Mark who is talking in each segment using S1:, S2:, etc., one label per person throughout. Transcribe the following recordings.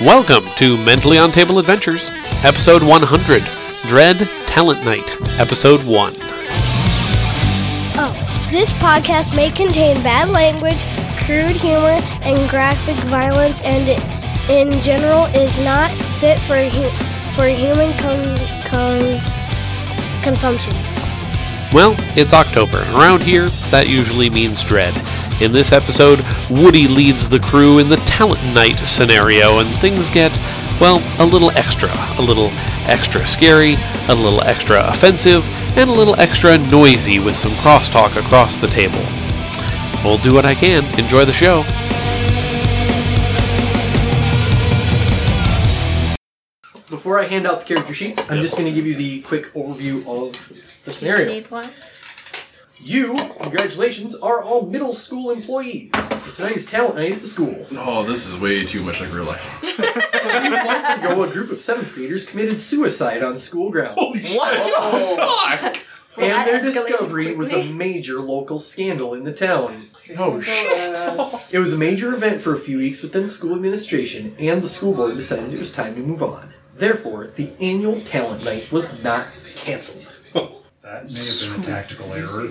S1: Welcome to Mentally on Table Adventures, Episode 100 Dread Talent Night, Episode 1.
S2: Oh, this podcast may contain bad language, crude humor, and graphic violence, and it, in general is not fit for hu- for human con- cons- consumption.
S1: Well, it's October. Around here, that usually means dread. In this episode, Woody leads the crew in the Talent Night scenario, and things get, well, a little extra. A little extra scary, a little extra offensive, and a little extra noisy with some crosstalk across the table. We'll do what I can. Enjoy the show.
S3: Before I hand out the character sheets, I'm just going to give you the quick overview of the scenario. You, congratulations, are all middle school employees. Tonight is talent night at the school.
S4: Oh, this is way too much like real life.
S3: Months ago, a group of seventh graders committed suicide on school grounds, and their
S5: that escalated
S3: discovery was a
S5: quickly.
S3: major local scandal in the town.
S4: Oh shit!
S3: It was a major event for a few weeks, but then school administration and the school board decided it was time to move on. Therefore, the annual talent night was not canceled.
S6: That may have been a tactical error.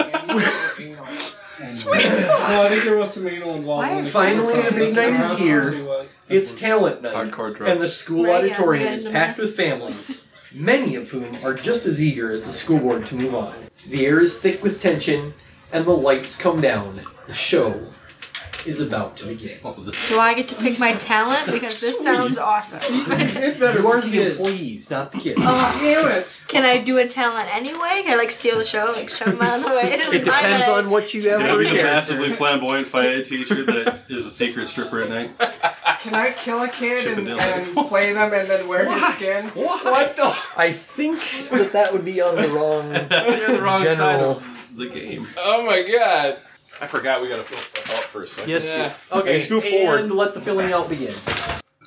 S6: Sweet.
S7: No, I think there was some anal involved.
S5: Why are
S7: in it.
S3: Finally, the big night is here.
S7: Honestly was.
S3: It's talent night,
S4: Hardcore drugs.
S3: and the school
S5: Right, yeah,
S3: auditorium
S5: yeah,
S3: is
S5: no
S3: packed
S5: mess.
S3: with families, many of whom are just as eager as the school board to move on. The air is thick with tension, and the lights come down. The show is about to begin.
S5: Do I get to pick my talent? Because this sounds awesome.
S7: It better
S3: You are
S7: work
S3: the
S7: it.
S3: employees, not the kids.
S5: Oh,
S8: Oh,
S7: Damn it.
S5: Can I do a talent anyway? Can I like steal the show, like shove them out of the way? doesn't
S3: It depends
S5: matter.
S3: on what you have
S9: Can I
S3: on
S9: be the
S3: there.
S9: massively flamboyant FIA teacher that is a secret stripper at night?
S8: Can I kill a kid
S9: Chip
S8: and,
S9: and
S8: and play them and then wear his skin?
S3: What the? I think that that would be on the wrong
S9: the wrong
S3: general.
S9: the game.
S4: Oh my god! I forgot we gotta fill stuff out for a second.
S3: Yes. Okay.
S4: Hey, scoot forward.
S3: And let the filling out begin.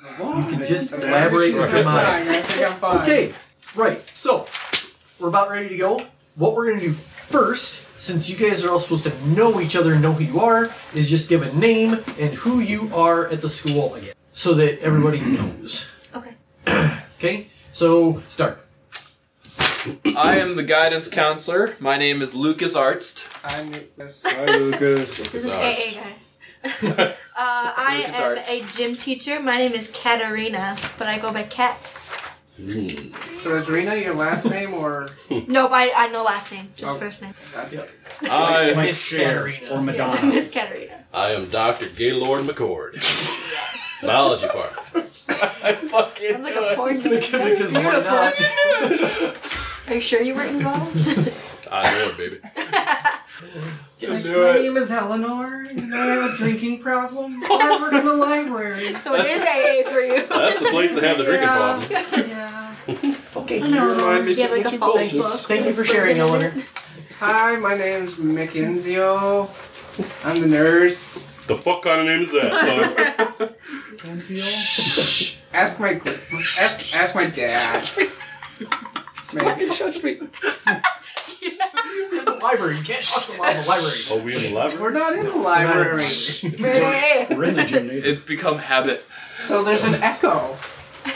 S3: You can just
S8: That's
S3: elaborate with your
S4: right.
S3: mind.
S8: Fine, I think I'm fine.
S3: Okay, right. So we're about ready to go. What we're gonna do first, since you guys are all supposed to know each other and know who you are, is just give a name and who you are at the school again, so that everybody knows.
S5: Okay.
S3: Okay. So start.
S4: I am the guidance counselor. My name is Lucas Arzt.
S8: I'm yes.
S7: Hi, Lucas.
S5: This is an
S4: Arzt.
S5: AA, guys. uh, I
S4: Lucas
S5: am
S4: Arzt.
S5: a gym teacher. My name is Katarina, but I go by Kat.
S8: So is Rena your last name or
S5: No, by I no last name, just
S8: Oh.
S5: first name.
S4: I,
S3: Miss Katarina.
S6: Or
S5: Yeah,
S6: Madonna.
S5: Miss Katarina.
S4: I am Dr. Gaylord McCord. Biology part. I fucking
S5: Sounds like a porn star. Beautiful. Are you sure you were involved?
S4: I know it, Ah, baby. Can
S8: My name is Eleanor and I have a drinking problem. I work in the library.
S5: so it is AA for you.
S4: That's the place to have the drinking problem.
S8: Yeah.
S3: Okay.
S5: You have like a false
S3: Thank you.
S5: book.
S3: Thank you for sharing, Eleanor.
S8: Hi, my name's McKenzio. I'm the nurse.
S9: The fuck kind of name is that? Son?
S8: Ask my ask, ask my dad. Maybe.
S3: the library. You can't talk to the library.
S9: oh, we in the library.
S8: We're not in the library.
S5: Very-
S6: We're in the gymnasium.
S4: It's become habit.
S8: So there's an echo.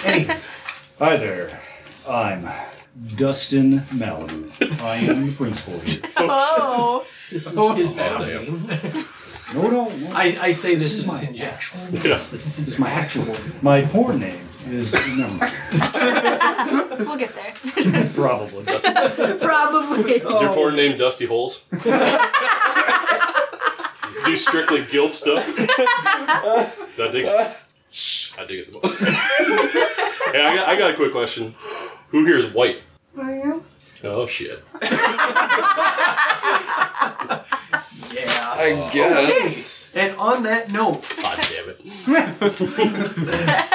S3: Hey,
S6: Hi there. I'm Dustin Malin. I am the principal here.
S5: Oh.
S3: this is his mad
S4: damn.
S3: name.
S6: No, no, no.
S3: I, I say this,
S6: This is
S3: is,
S6: my
S3: in jest. This is
S6: It's
S3: his
S6: my actual. My porn name is. Never mind.
S5: We'll get there.
S6: Probably.
S5: Probably.
S4: Is your
S8: Oh.
S4: porn name Dusty Holes?
S9: Do strictly guilt stuff. Is that dig?
S4: I dig it the most.
S9: Hey, I got, I got a quick question. Who here is white?
S8: I am.
S4: Oh shit.
S3: Yeah.
S4: I guess.
S3: And on that note,
S4: God damn it.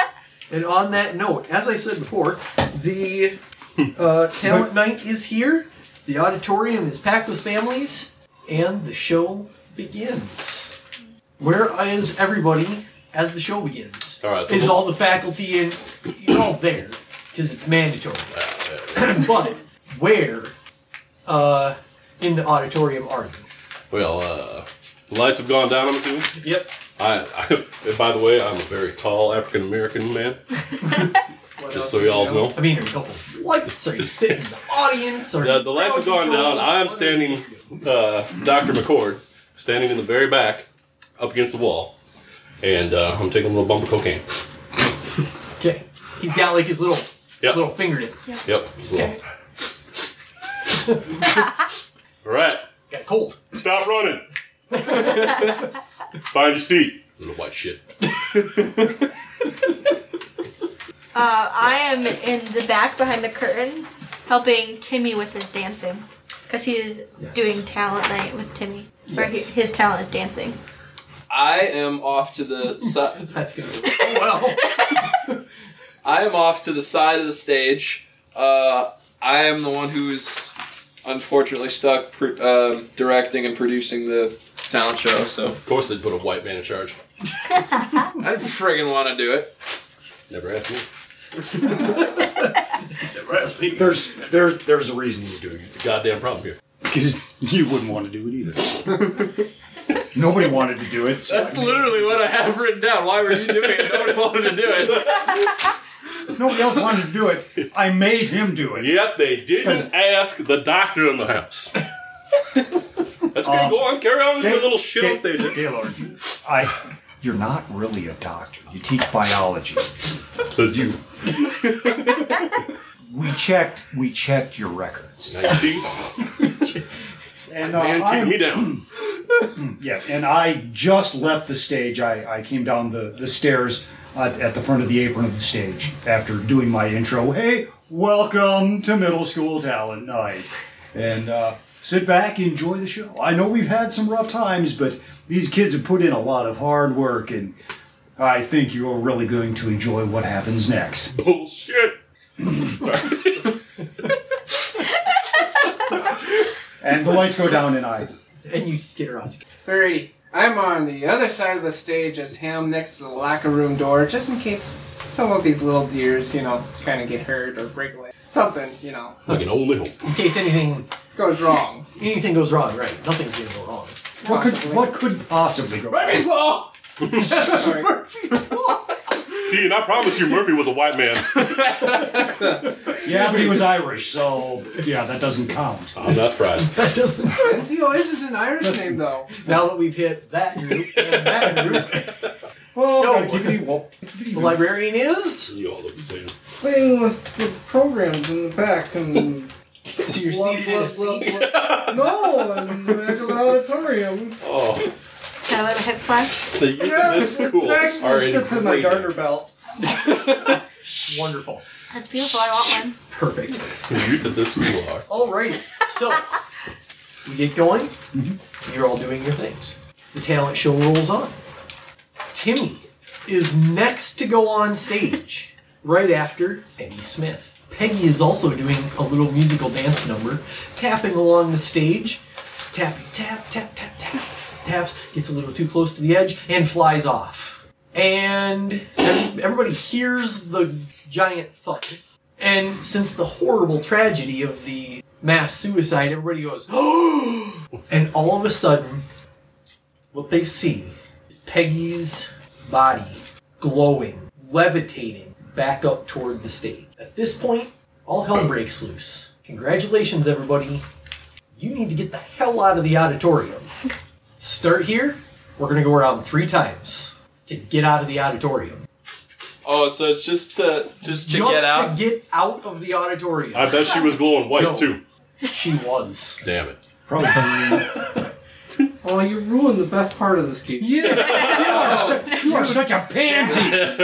S3: And on that note, as I said before, the uh, talent night is here. The auditorium is packed with families, and the show begins. Where is everybody as the show begins?
S4: All right, so
S3: is
S4: we'll-
S3: all the faculty and you're all there because it's mandatory. but where uh, in the auditorium are you?
S4: Well, uh,
S9: The lights have gone down, I'm assuming.
S3: Yep.
S9: I, I and by the way, I'm a very tall African American man. Just so y'all know.
S3: I mean, are you helping lights? Are you sitting in the audience? Are
S9: The,
S3: you
S9: the lights have
S3: crowd
S9: gone
S3: control?
S9: down. I'm standing, uh, Dr. McCord, standing in the very back, up against the wall, and uh, I'm taking a little bump of cocaine.
S3: Okay. He's got like his little
S9: Yep.
S3: little fingertip.
S9: Yep. it's a little- All right.
S3: Got cold.
S9: Stop running. Find your seat. Little white shit.
S10: Uh, I am in the back behind the curtain, helping Timmy with his dancing, because he is
S4: Yes.
S10: doing talent night with Timmy. Or he,
S4: Yes.
S10: his talent is dancing.
S4: I am off to the side.
S3: That's gonna work so well.
S4: I am off to the side of the stage. Uh, I am the one who's unfortunately stuck pr- um directing and producing the talent show. So
S9: Of course, they'd put a white man in charge.
S4: I friggin' want to do it.
S9: Never asked me.
S6: There's there there's a reason he's doing it
S9: It's a goddamn problem here.
S6: because you wouldn't want to do it either. Nobody wanted to do it. so I
S4: That's
S6: mean,
S4: literally what I have written down. Why were you doing it? Nobody wanted to do it.
S6: nobody else wanted to do it. I made him do it.
S9: Yep, they didn't ask the doctor in the house. That's okay.
S6: Um,
S9: go on. Carry on with your
S6: Ga-
S9: little shit on
S6: Ga-
S9: stage.
S6: Gaylord, I. You're not really a doctor. You teach biology.
S9: Says you.
S6: We checked. We checked your records.
S9: I see.
S6: And uh,
S9: Man,
S6: I
S9: kick
S6: am-
S9: me down.
S6: yeah, and I just left the stage. I, I came down the the stairs uh, at the front of the apron of the stage after doing my intro. Hey, welcome to middle school talent night, and uh, sit back, enjoy the show. I know we've had some rough times, but these kids have put in a lot of hard work, and I think you're really going to enjoy what happens next.
S9: Bullshit.
S6: And the lights go down, and I.
S3: and you skitter off.
S8: Three. I'm on the other side of the stage as him next to the locker room door, just in case some of these little deers, you know, kind of get hurt or break a leg. Something, you know,
S9: I can only hope.
S3: In case anything
S8: goes wrong.
S3: anything goes wrong, right? Nothing's gonna go wrong.
S6: What could what could possibly go wrong?
S8: Murphy's Law! Sorry.
S9: See, and I promise you, Murphy was a white man.
S6: Yeah, but he was Irish, so yeah, that doesn't count.
S9: I'm not surprised.
S3: That doesn't.
S8: NCO is an Irish name, though.
S3: Now that we've hit that group and that group,
S8: Well,
S3: No. the
S6: Well,
S3: librarian is.
S9: You all look the same.
S11: Playing with the programs in the back and.
S3: So you're
S11: blah,
S3: seated in
S11: blah,
S3: a seat.
S11: blah, blah. No, in the back of the auditorium.
S9: Oh,
S10: Can I let my hip flex?
S9: the youth of this school are
S11: actually
S9: in
S11: fits in my
S9: great
S11: garter
S9: danger.
S11: belt.
S3: Wonderful.
S10: That's beautiful. I want one.
S3: Perfect.
S9: The youth of this school are.
S3: Alrighty. So we get going. You're all doing your things. The talent show rolls on. Timmy is next to go on stage, right after Peggy Smith. Peggy is also doing a little musical dance number, tapping along the stage, tapping, tap, tap, tap, tap, taps, gets a little too close to the edge, and flies off. And ev- everybody hears the giant thud. And since the horrible tragedy of the mass suicide, everybody goes, oh! And all of a sudden, what they see is Peggy's body glowing, levitating back up toward the stage. At this point, all hell breaks loose. Congratulations, everybody. You need to get the hell out of the auditorium. Start here. We're going to go around three times to get out of the auditorium.
S4: Oh, so it's just to just to
S3: Just
S4: get out.
S3: to get out of the auditorium.
S9: I bet she was glowing white
S3: No.
S9: too.
S3: she was.
S9: Damn it.
S6: probably.
S11: Oh, you ruined the best part of this game.
S6: You are such a pansy.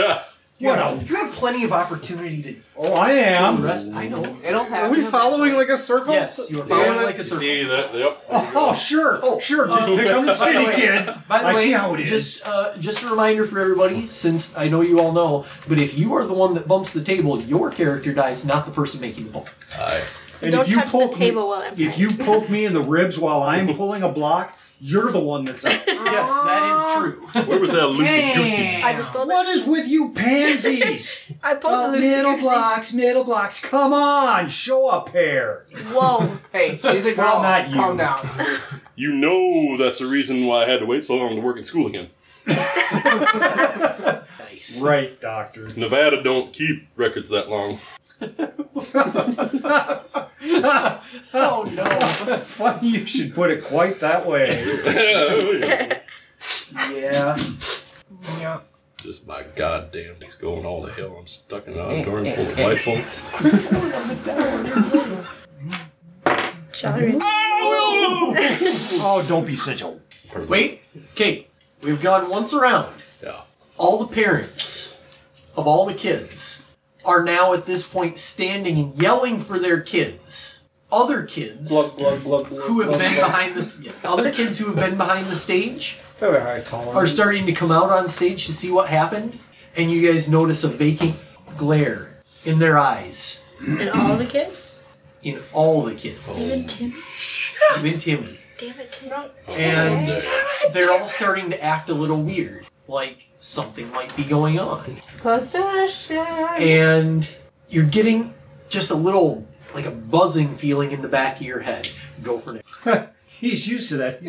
S6: What a
S3: You have plenty of opportunity to
S6: oh, I am.
S3: rest. I know.
S10: It'll happen.
S11: Are we following like a circle?
S3: Yes, you are following
S11: Yeah.
S3: like a circle.
S9: See that? Yep.
S6: Oh sure,
S3: Oh,
S6: sure. Just pick up the
S3: by the
S6: speed,
S3: way-
S6: kid.
S3: By the
S6: I
S3: way,
S6: see how it is.
S3: just uh, just a reminder for everybody, since I know you all know, but if you are the one that bumps the table, your character dies, not the person making the book.
S6: and
S10: Don't touch the
S6: poke me-
S10: table while I'm
S6: If you poke me in the ribs while I'm pulling a block, you're the one that's out.
S3: Yes, that is true.
S9: Where was that loosey goosey?
S10: I just pulled
S6: What is with you pansies?
S10: I pulled
S6: Oh,
S10: the
S6: middle
S10: loosey-goosey.
S6: blocks, middle blocks. Come on, show up here.
S10: Whoa.
S8: Hey, she's a girl.
S6: Well, not you.
S8: Calm down.
S9: You know that's the reason why I had to wait so long to work in school again.
S6: Right, doctor.
S9: Nevada don't keep records that long.
S3: oh no!
S6: Funny you should put it quite that way.
S3: yeah.
S8: Yeah.
S9: Just by goddamn, it's going all to hell. I'm stuck in an auditorium full of white folks.
S2: Sorry.
S6: oh, don't be such a.
S3: Wait, Kate. We've gone once around.
S9: Yeah.
S3: All the parents of all the kids are now at this point standing and yelling for their kids. Other kids who have been behind the yeah, other kids who have been behind the stage are starting to come out on stage to see what happened, and you guys notice a vacant glare in their eyes
S5: And all the kids?
S3: in all the kids,
S5: Even Timmy?
S3: even Timmy.
S5: Damn it, Timmy.
S3: And they're all starting to act a little weird, like something might be going on.
S5: Possession.
S3: and you're getting just a little like a buzzing feeling in the back of your head. Go for it.
S6: He's used to that.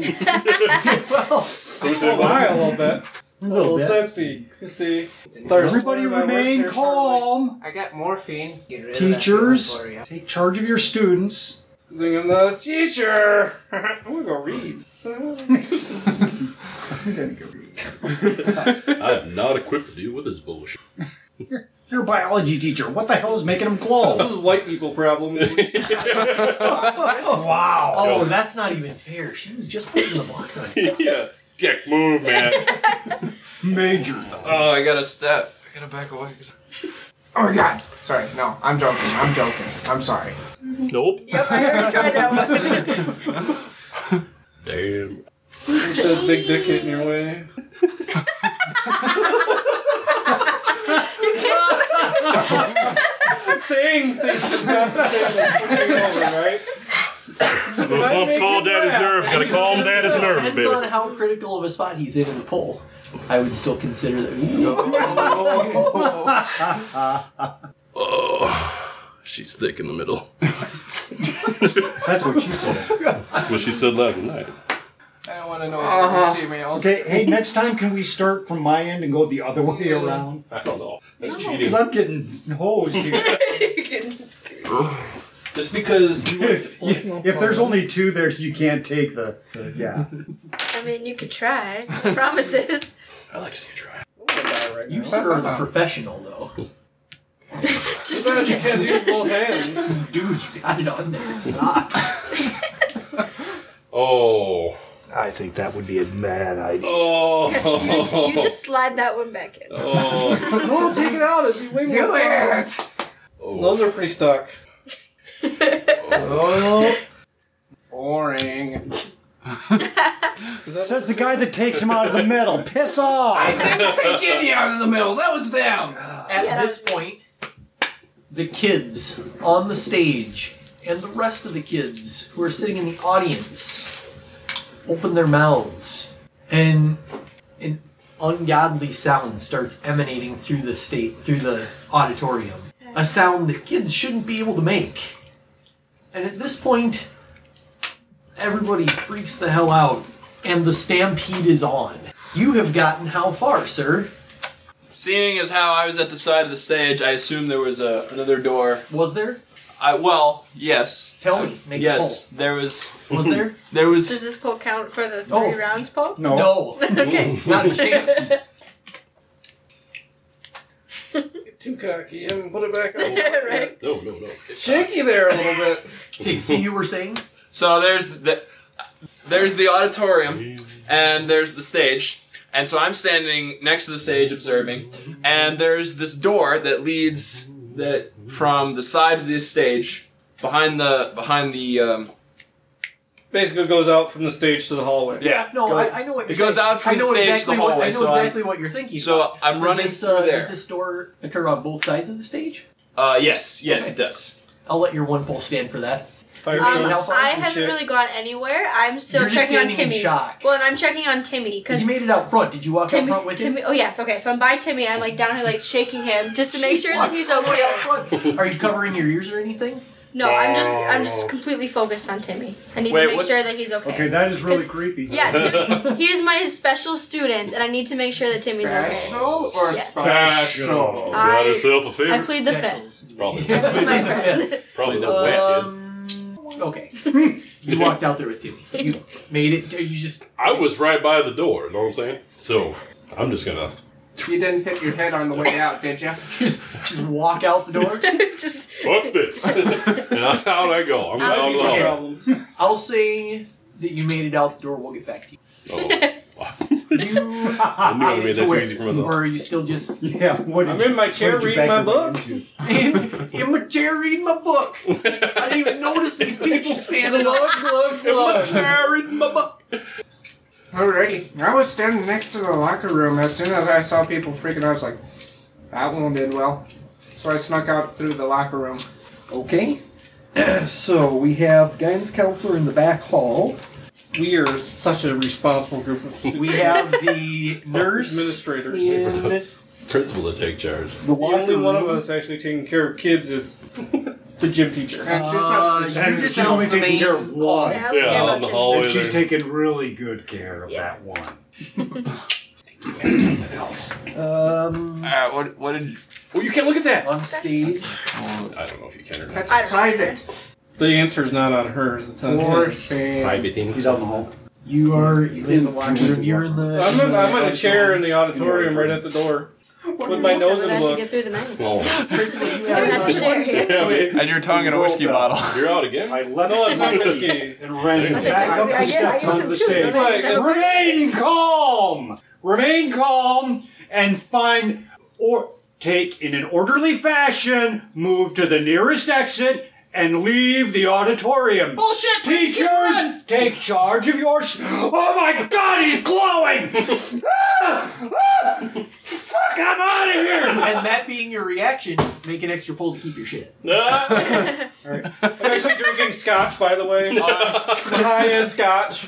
S3: said
S8: lie a little bit.
S6: A little bit.
S8: tipsy. You see,
S6: Everybody remain calm.
S8: I got morphine. Get rid
S6: Teachers,
S8: Of that thing
S6: take charge of your students.
S8: for you. Think I'm not a teacher. I'm gonna go read.
S9: I am not equipped to deal with this bullshit.
S6: Your biology teacher. What the hell is making them close?
S11: This is white people problem.
S6: wow.
S3: Oh, that's not even fair. She was just putting the block on. you.
S9: yeah. Dick move, man.
S6: Major.
S4: Oh, I gotta step. I gotta back away.
S8: Oh my god. Sorry. No, I'm joking. I'm joking. I'm sorry.
S9: Nope.
S5: Yep, I already tried that one.
S9: Damn.
S11: that big dick hit in your way.
S8: Saying things about the same thing over, right?
S9: Well,
S8: make
S9: calm
S8: him
S9: daddy's
S8: laugh.
S9: nerves. Gotta calm daddy's nerves,
S3: Depends on
S9: baby.
S3: how critical of a spot he's in in the poll. I would still consider that.
S11: Oh,
S9: She's thick in the middle.
S6: That's what she said.
S9: That's what she said last night.
S11: I don't want to know about uh emails.
S6: Okay, hey, next time can we start from my end and go the other way around?
S9: I don't know. That's
S6: Because
S9: cheating.
S6: I'm getting hosed here.
S5: You're getting screwed.
S11: Just because you like to
S6: if, if there's only two there, you can't take the. the- yeah.
S5: I mean, you could try. Promises.
S9: I like to see you try.
S3: you sir are the professional though.
S11: Sometimes you can't use both hands.
S3: Dude, you got it on there. Stop.
S9: Oh.
S12: I think that would be a mad idea.
S9: Oh.
S5: You, you just slide that one back in.
S9: Oh.
S11: No, take it out. It'd be way more
S8: Do it.
S11: Those are pretty stuck.
S8: Oh. Boring.
S6: Says the guy that takes him out of the middle. Piss off!
S11: Take Andy out of the middle. That was them.
S3: At this point, the kids on the stage and the rest of the kids who are sitting in the audience open their mouths and an ungodly sound starts emanating through the state through the auditorium. A sound that kids shouldn't be able to make. And at this point, everybody freaks the hell out and the stampede is on. You have gotten how far, sir?
S4: Seeing as how I was at the side of the stage, I assumed there was a, another door.
S3: Was there?
S4: I well, yes,
S3: Tell me. Make
S4: yes, there was.
S3: a poll. Was there?
S4: There
S5: Does
S4: was.
S5: this poll count for the three
S3: Oh.
S5: rounds poll?
S6: No.
S3: No.
S5: okay.
S3: Not a chance.
S11: Get too cocky and put it back on.
S5: right?
S9: No, no, no.
S11: Shaky there a little bit.
S3: Okay, so you were saying?
S4: So there's the there's the auditorium, and there's the stage, and so I'm standing next to the stage observing, and there's this door that leads that from the side of the stage behind the behind the um,
S11: Basically goes out from the stage to the hallway.
S4: yeah.
S3: No,
S4: Go-
S3: I, I know what you're
S4: It goes
S3: saying.
S4: out from
S3: I know
S4: the stage to
S3: exactly
S4: the
S3: what, I
S4: hallway,
S3: know
S4: so
S3: exactly what you're thinking.
S4: So
S3: about.
S4: I'm
S3: does
S4: running
S3: This, uh,
S4: through
S3: Does
S4: there.
S3: this door occur on both sides of the stage?
S4: Uh, yes, yes, it
S3: Okay.
S4: does.
S3: I'll let your one poll stand for that.
S11: Fire
S3: Really
S5: Um,
S3: helpful
S5: I
S3: and
S5: haven't
S11: shit.
S5: really gone anywhere. I'm still
S3: You're just
S5: checking on
S3: standing in
S5: Timmy.
S3: shock.
S5: Well, and I'm checking on Timmy because
S3: You made it out front. Did you walk out
S5: Timmy,
S3: front with
S5: Timmy.
S3: him?
S5: Oh yes. Okay. So I'm by Timmy. I'm like down here, like shaking him just to make sure that
S3: Walk
S5: he's
S3: all the way
S5: okay.
S3: out front. Are you covering your ears or anything?
S5: No, I'm just I'm
S11: Oh.
S5: just completely focused on Timmy. I need
S6: Wait,
S5: to make
S6: what-
S5: sure that he's okay.
S6: Okay, that is really
S5: 'Cause-
S6: creepy.
S5: Yeah, Timmy, he's my special student, and I need to make sure that Timmy's
S8: Special
S5: okay.
S8: or
S5: yes.
S8: special?
S9: She's got
S5: I-
S9: herself a
S5: I
S9: favorite.
S5: plead the fifth.
S9: It's probably
S3: Probably
S9: the wet,
S5: Um,
S9: dude.
S3: Okay. you walked out there with Timmy. You made it. You just.
S9: I was right by the door. Know what I'm saying? So I'm just gonna.
S8: You didn't hit your head on the way out, did you?
S3: just, just walk out the door.
S5: just
S9: Fuck this. and out I go. I'm
S3: Out
S9: down
S3: of
S9: low.
S3: your problems. I'll say that you made it out the door. We'll get back to you.
S9: Oh,
S3: you I
S9: knew I made that too easy for myself.
S3: Or are you still just?
S6: Yeah. What
S3: I'm in my
S8: chair reading my
S3: book. in, in my chair reading my book. I didn't even notice these people standing up. Look, look, look. reading my book.
S8: Alrighty. I was standing next to the locker room. As soon as I saw people freaking out, I was like, that won't end well. So I snuck out through the locker room.
S3: Okay. so we have guidance counselor in the back hall.
S11: We are such a responsible group of
S3: We have the nurse
S11: administrators.
S3: in-
S9: Principal to take charge.
S11: The only one of
S3: room.
S11: us actually taking care of kids is the gym teacher.
S8: And she's not- Uh,
S6: And she's only taking care of one.
S11: Yeah, we Yeah, care out about in the two.
S9: Oh,
S11: hallway
S6: And she's
S11: there.
S6: taking really good care of that one.
S4: something else.
S3: Um.
S4: All right. Uh, What? What did? You,
S3: well, you can't look at that on stage.
S9: I don't know if you can or not.
S8: That's private.
S11: The answer's not on hers. It's on
S8: For
S11: his.
S8: shame.
S9: Private thing.
S6: He's out in the hall.
S3: You are in the locker room. You're in the.
S11: I'm in, I'm in a chair in the auditorium right at the door with my nose in the
S5: have to
S11: book.
S5: get through the night.
S9: Oh.
S5: They're not to share here.
S4: and your tongue in a whiskey bottle.
S9: You're out again. I
S6: left
S4: no, it's not whiskey.
S6: and ran
S4: That's okay.
S6: back up
S4: I
S6: the
S4: get- I
S6: steps
S4: get
S6: onto
S4: some
S6: the
S4: too.
S6: stage.
S4: That's like-
S6: Remain calm. Remain calm and find or take in an orderly fashion. Move to the nearest exit and leave the auditorium. Bullshit! Teachers, take charge of your. s- Oh my God, he's glowing! Ah! Ah! Fuck! I'm out of here.
S3: and that being your reaction, make an extra pull to keep your shit.
S11: Actually, drinking scotch, by the way. High end scotch.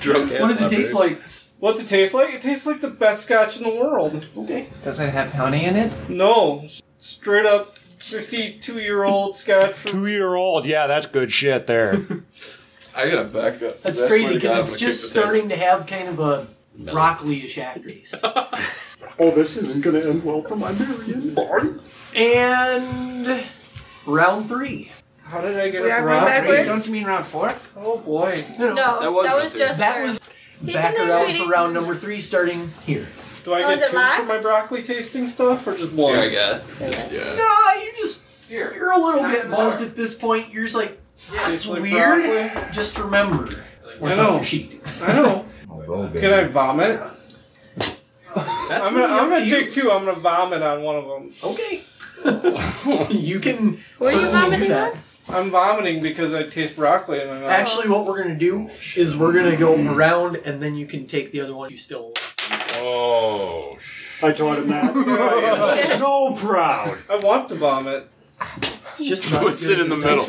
S9: Drunk
S11: What does it taste
S3: like?
S11: What's it taste like? It tastes like the best scotch in the world.
S3: Okay.
S11: Does it have honey in it? No. S- Straight up 52 year old scotch. From-
S12: Two year old, yeah, that's good shit there.
S4: I gotta back up.
S3: That's
S4: I swear
S3: crazy
S4: to God, I'm
S3: because it's just
S4: gonna kick the table.
S3: starting to have kind of a broccoli-ish aftertaste.
S6: Oh, this isn't going to end well for my Marion.
S3: and round three.
S11: How did I get
S10: We
S11: it
S10: are going
S11: wrong?
S10: backwards?
S11: Don't you mean round four? Oh boy.
S3: No,
S10: No, that was that was just
S3: that
S10: her.
S3: was
S10: He's
S3: back
S10: in there,
S3: around
S10: sweetie.
S3: for round number three, starting here.
S11: Do I
S10: Oh, is
S11: get
S10: it
S11: two
S10: live?
S11: for my broccoli tasting stuff or just one?
S4: Yeah, I got it. Just, yeah.
S3: No, you just you're a little bit buzzed at this point. You're just like, that's
S11: like
S3: weird. Just remember what's
S11: I know.
S3: on your sheet.
S11: I know. Can I vomit? I'm gonna,
S3: really up
S11: I'm gonna
S3: to
S11: take two. I'm gonna vomit on one of them.
S3: Okay. you can.
S11: What
S3: certainly do that.
S11: I'm vomiting because I taste broccoli in my mouth.
S3: Actually, what we're gonna do is we're gonna go around, and then you can take the other one you still.
S9: Oh.
S6: I taught him that. I am so proud.
S11: I want to vomit.
S3: It's just
S4: Puts it in the middle.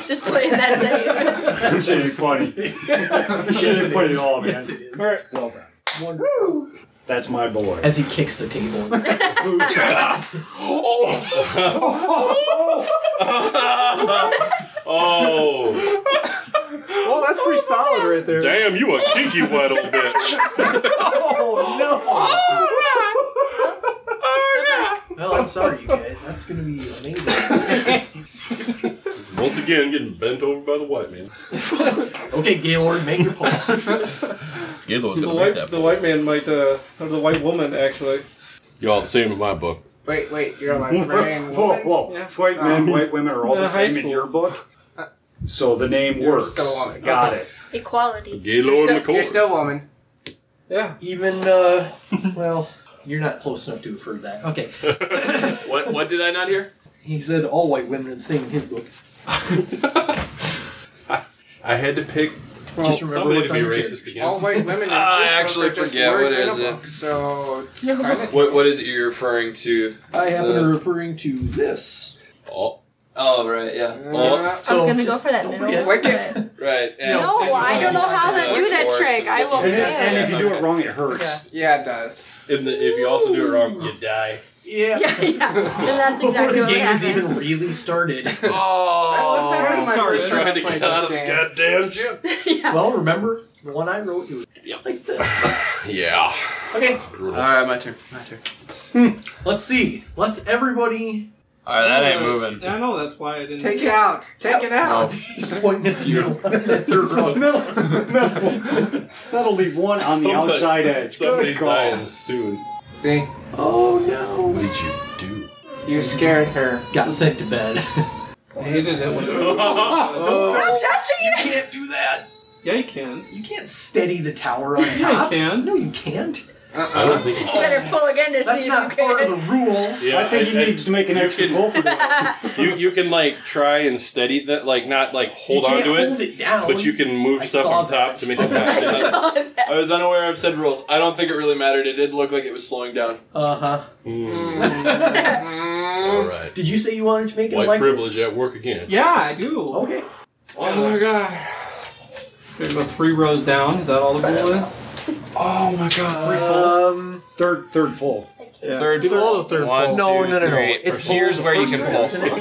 S5: Just playing that safe.
S6: That shit ain't funny. that shit ain't funny at all, man. Yes, it
S3: is.
S6: Well done. That's my boy.
S3: As he kicks the table.
S9: Oh.
S11: Well, that's pretty solid right there.
S9: Damn, you a kinky wet old bitch.
S3: oh no! Oh, Well, I'm sorry, you guys. That's gonna be amazing.
S9: Once again, getting bent over by the white man.
S3: okay, Gaylord, make your pull.
S9: Gaylord's
S11: The white, the white man might, uh, or the white woman actually.
S9: Y'all the same in my book.
S8: Wait, wait, you're like, man.
S6: Whoa, whoa. White men,
S8: Um,
S6: white women are all
S8: uh,
S6: the
S8: high
S6: same in
S8: school.
S6: your book. So the name
S8: You're
S6: works.
S8: still on it.
S6: Got it.
S5: Equality.
S9: Gaylord
S8: You're still- You're
S9: McCord.
S8: still woman.
S11: Yeah.
S3: Even uh, well, you're not close enough to have heard that. Okay.
S4: What? What did I not hear?
S3: He said all white women are the same in his book.
S9: I had to pick
S3: Just remember
S9: Oh, somebody
S3: what's
S9: to be
S3: on your
S9: racist against.
S8: All white women. in
S4: I
S8: this book
S4: actually
S8: are just words
S4: forget. What
S8: in
S4: is
S8: a
S4: it?
S8: book, So
S4: What? What is it you're referring to?
S3: I happen
S4: Uh,
S3: to referring to this.
S9: Oh.
S4: Oh right, yeah. Oh,
S5: I was gonna
S3: just
S5: go for that
S3: don't
S5: middle.
S3: forget.
S5: Wicked.
S4: right. And
S5: No, I don't know how to do that trick. I will
S6: And, if- and if you do
S4: Okay.
S6: it wrong, it hurts.
S8: yeah, it does.
S9: Oh. If, if you also do it wrong, you die.
S3: Yeah.
S5: Yeah, yeah. And that's
S3: Before
S5: exactly
S3: the
S5: what
S3: game has
S5: happened.
S3: even really started.
S5: Oh.
S3: That's
S5: That's
S3: what's
S5: what
S3: happening.
S5: started
S9: trying to get out of the goddamn ship.
S3: Well, remember the one I wrote? It was like this.
S9: Yeah.
S3: Okay.
S4: All right, my turn. My turn.
S3: Let's see. Let's everybody.
S4: All right, that ain't moving.
S11: I know that's why I didn't.
S8: Take it out. Take it out.
S4: Oh.
S3: He's pointing at the middle.
S6: So metal, metal. That'll leave one on the
S9: Somebody-
S6: outside edge. Good
S9: Somebody's
S6: call.
S9: dying soon.
S8: See?
S3: Oh no.
S9: What did you do?
S8: You scared her.
S3: Got sent to bed.
S8: Hated it when
S3: Stop
S5: touching
S3: it! Oh, You can't do that.
S8: Yeah, you can.
S3: You can't steady the tower on top.
S8: Yeah, you can.
S3: No, you can't.
S9: I don't think
S5: You better pull again to
S3: That's
S5: see
S3: not
S5: if you
S3: part of
S5: can.
S3: the rules.
S9: Yeah,
S6: I think
S9: I-
S6: he
S9: I-
S6: needs to make an
S9: you
S6: extra
S9: can-
S6: goal for that.
S9: You you can like try and steady that, like not like hold
S3: You
S9: on
S3: can't
S9: to it,
S3: hold it down.
S9: but you can move
S3: I
S9: stuff
S3: saw
S9: on top
S3: that.
S9: to make it back.
S4: I was unaware of said rules. I don't think it really mattered. It did look like it was slowing down.
S3: Uh huh.
S9: All right.
S3: Did you say you wanted to make it
S9: White
S3: like?
S9: privilege at work again.
S8: Yeah, I do.
S3: Okay.
S8: Oh my god. There's about three rows down. Is that all the bullet?
S4: Oh my god.
S3: Um.
S6: Third, third full.
S8: Yeah.
S4: Third
S8: Below
S4: full.
S8: the third
S4: One,
S8: full.
S4: two,
S3: No, no, no, no.
S4: three.
S3: It's
S4: From here's
S3: full.
S4: where you
S3: First
S4: can
S3: row,
S4: pull.
S3: isn't it?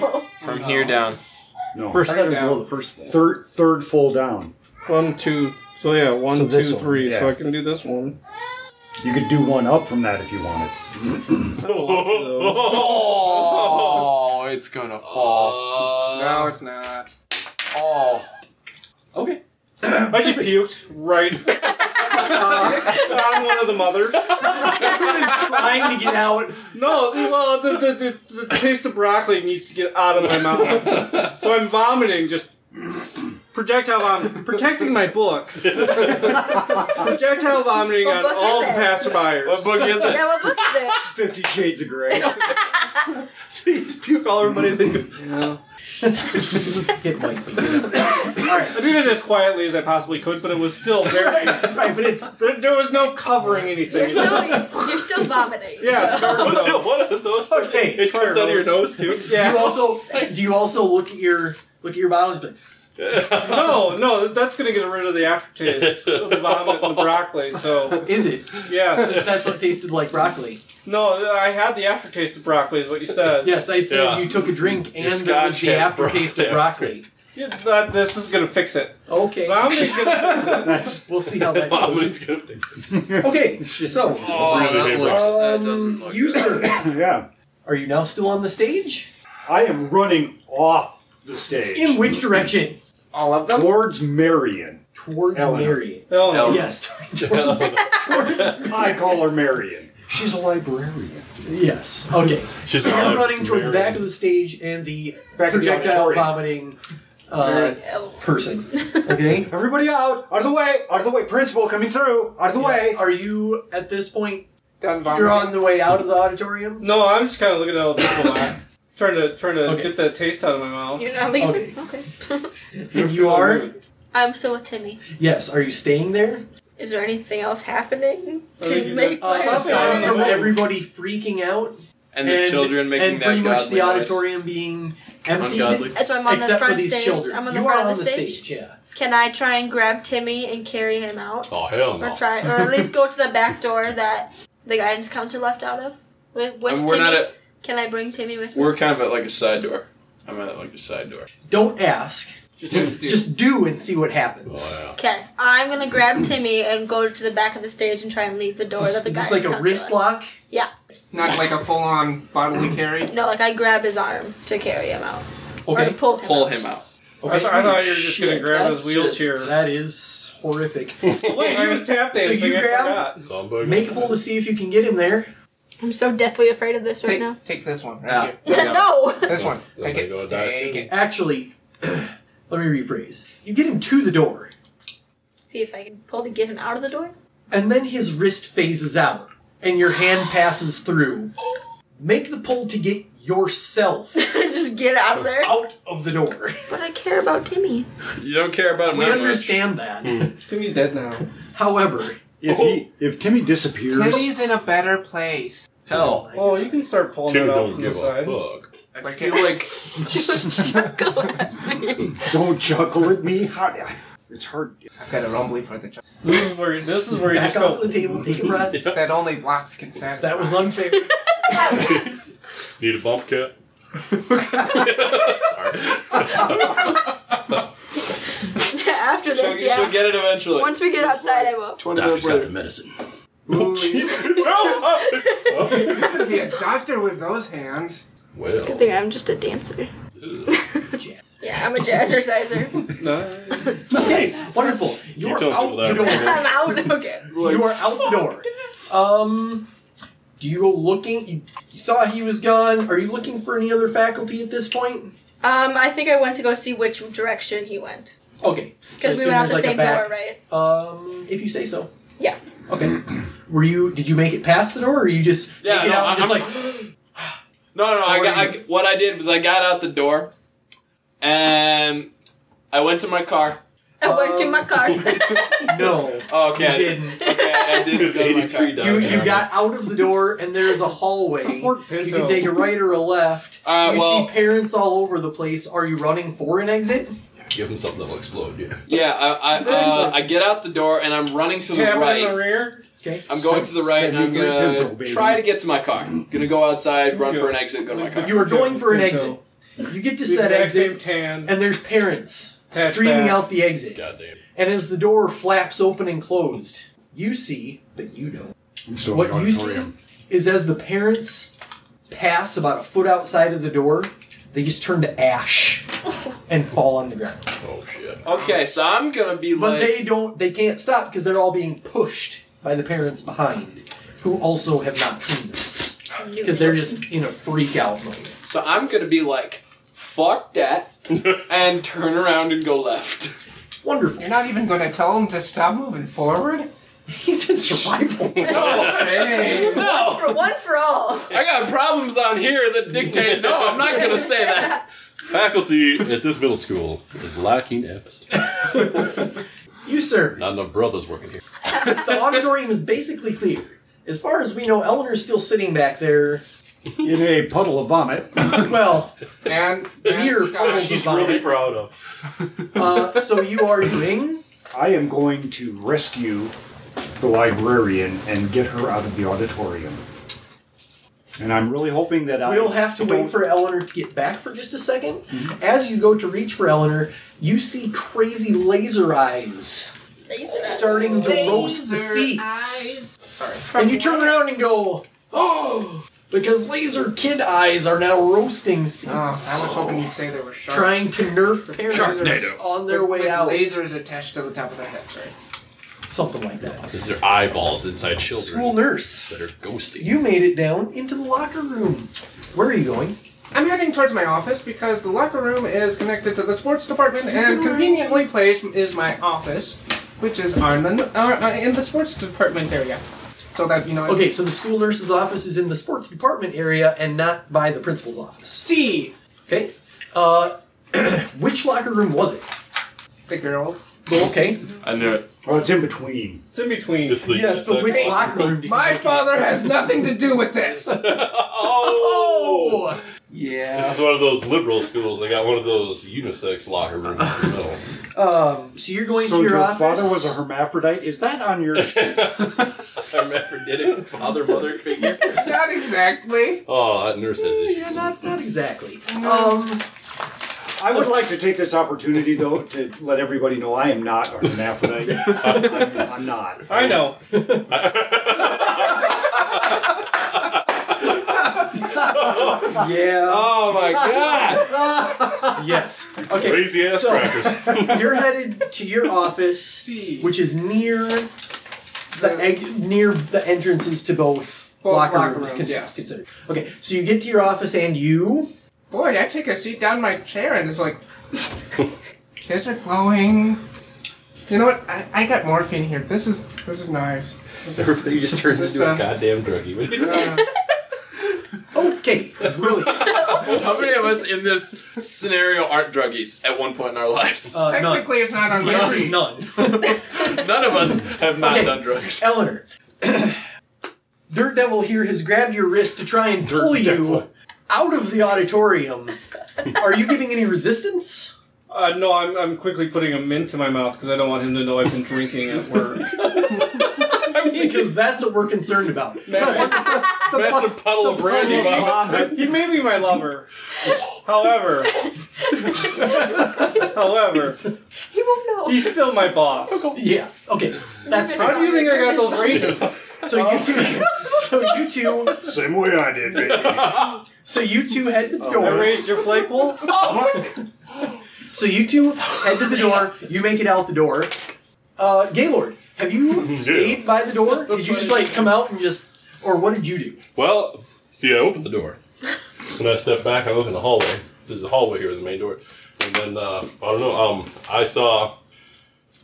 S4: From here down.
S6: No.
S8: First
S3: I thought it
S8: three
S3: was below the
S8: down.
S3: first floor.
S6: Third, third full down.
S8: One, two. So yeah, one,
S6: So
S8: two, three.
S6: this one, yeah.
S8: So I can do this one.
S6: You could do one up from that if you wanted.
S8: I don't want to, though.
S4: Oh, it's gonna fall.
S8: No, it's not.
S4: Oh.
S3: Okay.
S11: I just puked right on one of the mothers.
S3: Everybody's trying to get out.
S11: No, well, the, the, the, the taste of broccoli needs to get out of my mouth. So I'm vomiting, just projectile vomiting, protecting my book. projectile vomiting
S5: What
S11: on
S5: book is
S11: all the
S5: it?
S11: passerbyers.
S4: What book is it?
S5: Yeah, what book is it?
S6: Fifty Shades of Grey.
S3: So you just puke all everybody. Then
S11: Yeah.
S3: it might be. all right.
S11: I did it as quietly as I possibly could, but it was still very.
S3: Right, but it's
S11: There, there was no covering anything.
S5: You're still, you're still vomiting.
S11: yeah,
S9: Was
S11: gargoyle.
S9: it one of those?
S3: okay.
S9: It comes out of your nose too.
S3: Do you
S11: yeah.
S3: also do you also look at your look at your bottle and be like,
S11: No, no, that's gonna get rid of the aftertaste of the vomit and the broccoli. So
S3: is it?
S11: yeah,
S3: Since that's what tasted like broccoli.
S11: no, I had the aftertaste of broccoli. Is what you said.
S3: Yes, I said
S9: Yeah.
S3: you took a drink and there was
S9: scotch
S3: the
S9: had
S3: aftertaste of broccoli.
S11: Yeah, that, this is gonna fix it.
S3: Okay.
S11: Vomiting's gonna.
S3: We'll see how that
S9: Oh,
S3: goes.
S9: it's gonna be-
S3: Okay, so
S4: Oh,
S9: Really
S4: that
S9: big
S4: looks. That
S3: Um,
S4: doesn't look.
S3: you
S4: good.
S3: sir,
S6: yeah.
S3: are you now still on the stage?
S6: I am running off the stage
S3: In which direction?
S8: All of them.
S6: towards Marion.
S3: Towards
S6: Eleanor.
S3: Marion.
S11: Hell no.
S3: Yes.
S6: I call her Marion. She's a librarian.
S3: yes. Okay.
S9: She's
S3: So you're
S9: alive.
S3: running toward the
S9: Mary.
S3: back of the stage and the
S6: Back to the
S3: projectile
S6: auditorium.
S3: vomiting uh, person. Okay.
S6: Everybody out! Out of the way! Out of the way! Principal coming through! Out of the way!
S3: Are you at this point?
S8: Done vomiting.
S3: You're on the way out of the auditorium.
S11: No, I'm just kind of looking at all the people. now. Trying to trying to
S3: Okay.
S11: get that taste out of my mouth.
S5: You're not leaving.
S3: Okay.
S5: Okay.
S3: If you are,
S5: I'm still with Timmy.
S3: yes. Are you staying there?
S5: Is there anything else happening
S11: I think
S5: to
S11: you
S5: make
S11: got-
S5: my
S11: Uh,
S3: Oh, Aside
S11: Aside
S3: from
S11: from
S3: everybody freaking out
S4: and the children making
S3: and
S4: that
S3: pretty much
S4: godly
S3: the
S4: noise.
S3: auditorium being empty,
S4: Ungodly.
S5: So I'm on
S3: except
S5: the front
S3: for these
S5: stage.
S3: children.
S5: I'm on the
S3: you
S5: front
S3: are
S5: of
S3: on
S5: the
S3: the
S5: stage.
S3: stage. yeah.
S5: Can I try and grab Timmy and carry him out?
S9: Oh hell
S5: Or
S9: no!
S5: try, or at least go to the back door that the guidance counselor left out of with, with
S4: And we're
S5: Timmy.
S4: not at.
S5: Can I bring Timmy with me?
S4: We're kind of at like a side door. I'm at like a side door.
S3: Don't ask.
S8: Just, just do.
S3: Just do and see what happens.
S9: Oh,
S5: Okay, I'm gonna grab Timmy and go to the back of the stage and try and leave the door
S3: Is
S5: that
S3: this,
S5: the
S3: is
S5: guy.
S3: this like a wrist lock?
S5: Yeah,
S8: not like a full-on bodily carry.
S5: no, like I grab his arm to carry him out or
S3: Okay.
S5: to pull him.
S4: Pull
S5: out.
S4: him out.
S11: I, thought, I thought you were just gonna
S3: Shit,
S11: grab
S3: that's
S11: his wheelchair.
S3: just- that is horrific.
S11: Wait, he was tap
S3: So
S11: dancing.
S3: you
S11: I
S3: grab-
S11: forgot.
S9: yeah. Somebody-
S3: Make a pull to see if you can get him there.
S5: I'm so deathly afraid of this right
S8: Take,
S5: now.
S8: take this one. Right
S4: Yeah.
S8: here.
S4: Yeah.
S5: no.
S8: This one.
S9: Somebody
S8: Take
S9: gonna
S8: it.
S9: die
S8: Take
S9: soon.
S8: it.
S3: Actually, let me rephrase. You get him to the door,
S5: See if I can pull to get him out of the door.
S3: and then his wrist phases out, and your hand passes through. Make the pull to get yourself
S5: Just get out of there.
S3: out of the door.
S5: But I care about Timmy.
S4: You don't care about him
S3: We
S4: that
S3: understand that.
S11: Timmy's dead now.
S3: However,
S6: If he if Timmy disappears,
S8: Timmy's in a better place.
S4: much. Hell.
S11: Oh, you can start pulling
S9: Tim
S11: it out
S9: don't
S11: from the
S9: give
S11: side.
S9: a fuck.
S4: I
S8: Like
S4: feel
S8: it-
S4: like
S6: don't chuckle at me. How, it's hard.
S8: I've got a rumbly for the just
S11: This is where this is where you
S3: back
S11: just
S3: off
S11: go.
S3: the table, take a breath.
S8: that only blocks can satisfy.
S3: That was unfair.
S9: Need a bump cat?
S5: After this,
S4: She'll-
S5: yeah.
S4: she'll get it eventually.
S5: Once we get outside, I will.
S9: Doctor's got the medicine.
S8: Could be a doctor with those hands.
S5: Good thing I'm just a dancer. yeah, I'm a jazzerciser.
S3: Okay, wonderful. You are outdoor.
S5: I'm out. Okay.
S3: You are outdoor. Um, do you go looking? You, you saw he was gone. Are you looking for any other faculty at this point?
S5: Um, I think I went to go see which direction he went
S3: Okay, I
S5: because we
S3: assume
S5: went out the
S3: there's, like, a
S5: same
S3: back-
S5: door, right?
S3: Um, if you say so.
S5: Yeah.
S3: Okay. Were you? Did you make it past the door, or you just
S4: Yeah,
S3: make it
S4: no,
S3: out and just
S4: I'm-
S3: like
S4: No, no. I,
S3: Or
S4: got,
S3: you-
S4: I what I did was I got out the door, and I went to my car.
S5: I went to my car.
S3: no?
S4: Oh, okay.
S3: You
S4: I
S3: didn't.
S4: Okay, I did
S9: It's
S4: go to my car.
S3: You, you got out of the door, and there's a hallway. you can take a right or a left.
S4: Uh,
S3: you
S4: well-
S3: see parents all over the place. Are you running for an exit?
S9: Give him something that'll explode, yeah.
S4: Yeah, I I, uh, I get out the door and I'm running to the
S11: Tap
S4: right.
S11: in the rear.
S3: Okay.
S4: I'm going to the right and I'm gonna try to get to my car. gonna go outside, run for an exit, go to my car.
S3: You are going for an
S4: Good
S3: exit. You get to
S4: The
S3: said
S4: exact
S3: exit, and there's parents
S4: Hatchback.
S3: streaming out the exit.
S9: Goddamn.
S3: And as the door flaps open and closed, you see, but you don't.
S13: still in
S3: what
S13: the
S3: you see
S13: auditorium.
S3: is as the parents pass about a foot outside of the door, they just turn to ash and fall on the ground.
S9: Oh shit.
S4: Okay, so I'm gonna be
S3: But
S4: like,
S3: they don't. They can't stop because they're all being pushed by the parents behind, who also have not seen this because they're just in a freak out mode.
S4: so I'm gonna be like, fuck that, and turn around and go left.
S3: Wonderful.
S8: You're not even going to tell him to stop moving forward?
S3: He's in survival.
S4: No.
S5: For one for all.
S4: I got problems on here that dictate. No, I'm not gonna say that.
S9: Faculty at this middle school is lacking empathy.
S3: you, sir.
S9: Not enough brothers working here.
S3: the auditorium is basically clear. As far as we know, Eleanor's still sitting back there.
S6: In a puddle of vomit.
S3: well,
S8: and
S3: near puddles of vomit.
S6: proud of.
S3: Uh, so you are doing?
S6: I am going to rescue the librarian and get her out of the auditorium. And I'm really hoping that I
S3: We'll have to wait
S6: don't-
S3: for Eleanor to get back for just a 2nd As you go to reach for Eleanor, you see crazy laser eyes starting to roast the seats. And you turn around and go, oh, because laser kid eyes are now roasting seats.
S8: Oh, Ah, I was hoping you'd say there were sharks.
S3: Trying to nerf parents
S8: Sharknado.
S3: on their
S8: With-
S3: way
S8: with
S3: out.
S8: lasers attached to the top of their heads, right?
S3: Something like that.
S9: Because their eyeballs inside children.
S3: School nurse.
S9: That are ghosty.
S3: You made it down into the locker room. Where are you going?
S8: I'm heading towards my office because the locker room is connected to the sports department, and conveniently placed is my office, which is on the, uh, uh, in the sports department area. So that you know.
S3: Okay, so the school nurse's office is in the sports department area and not by the principal's office.
S8: C.
S3: Okay. Uh, which locker room was it?
S8: The girls.
S3: Well, okay.
S4: I knew it.
S6: Well, it's in between.
S8: It's in between.
S3: Yes, but which locker room? Did
S8: My father has nothing to do with this.
S3: oh! Yeah.
S9: This is one of those liberal schools. They got one of those unisex locker rooms in the middle.
S3: Um, so you're going
S6: so
S3: to your, office.
S6: father was a hermaphrodite. Is that on your?
S9: Hermaphroditic father mother figure.
S8: Not exactly.
S9: Oh, that nurse has issues.
S3: Yeah, not, not exactly. Um,
S6: I would like to take this opportunity though to let everybody know I am not a hermaphrodite. I'm, I'm not.
S11: I know.
S3: Um, yeah.
S4: Oh my
S3: god. yes. Okay.
S9: Crazy ass
S3: so,
S9: crackers.
S3: you're headed to your office, which is near the egg, near the entrances to both
S8: Both
S3: locker,
S8: locker
S3: rooms.
S8: rooms,
S3: cons-
S8: yes.
S3: considered. Okay. So you get to your office and you.
S8: Boy, I take a seat down my chair and it's like, kids are glowing. You know what? I, I got morphine here. This is this is nice.
S9: Everybody just turns
S8: This
S9: into a
S8: stuff. Uh,
S9: goddamn druggie.
S3: Okay, uh, brilliant.
S4: How many of us in this scenario aren't druggies at one point in our lives?
S11: Uh,
S8: Technically, it's not on
S4: The answer
S8: my
S4: is
S8: sheet.
S3: none.
S4: None of us have not done drugs.
S3: Eleanor, Dirt Devil here has grabbed your wrist to try and pull you out of the auditorium. Are you giving any resistance?
S11: Uh, no, I'm, I'm quickly putting a mint in my mouth because I don't want him to know I've been drinking at work.
S3: because that's what we're concerned about.
S11: That's a
S9: puddle of brandy vomit.
S11: You may be my lover. However, however,
S10: He won't know.
S11: he's still my boss.
S3: Yeah. Okay. That's
S11: how do you think I got those raises?
S3: So you two, so you two,
S12: Same way I did, baby.
S3: so you two head
S9: Oh,
S3: to the
S11: I
S3: door.
S11: raised your flight pole.
S3: So you two head to the door. You make it out the door. Uh, Gaylord, have you stayed by the door? Did you just like come out and just, or what did you do?
S9: Well, see, I opened the door. and I step back, I look in the hallway. There's a hallway here, the main door. And then, uh, I don't know, um, I saw.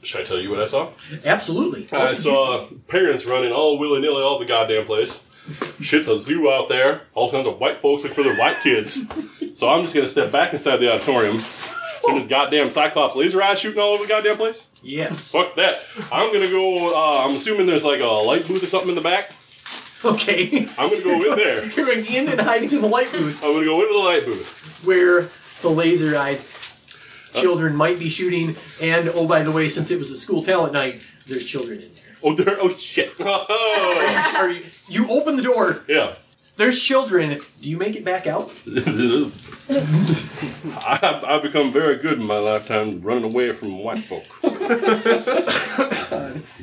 S9: Should I tell you what I saw?
S3: Absolutely. What
S9: I
S3: did you
S9: saw parents running all willy nilly all the goddamn place. Shit's a zoo out there. All kinds of white folks look for their white kids. So I'm just gonna step back inside the auditorium. And this goddamn Cyclops laser eyes shooting all over the goddamn place.
S3: Yes.
S9: Fuck that. I'm gonna go. Uh, I'm assuming there's like a light booth or something in the back.
S3: Okay.
S9: I'm gonna go in there.
S3: You're going in and hiding in the light booth
S9: I'm gonna go into the light booth.
S3: where the laser-eyed
S9: Uh,
S3: children might be shooting. And oh, by the way, since it was a school talent night, there's children in there.
S9: Oh, there. Oh shit. Oh.
S3: Are you, you open the door.
S9: Yeah.
S3: There's children. Do you make it back out?
S9: I, I've become very good in my lifetime running away from white folk.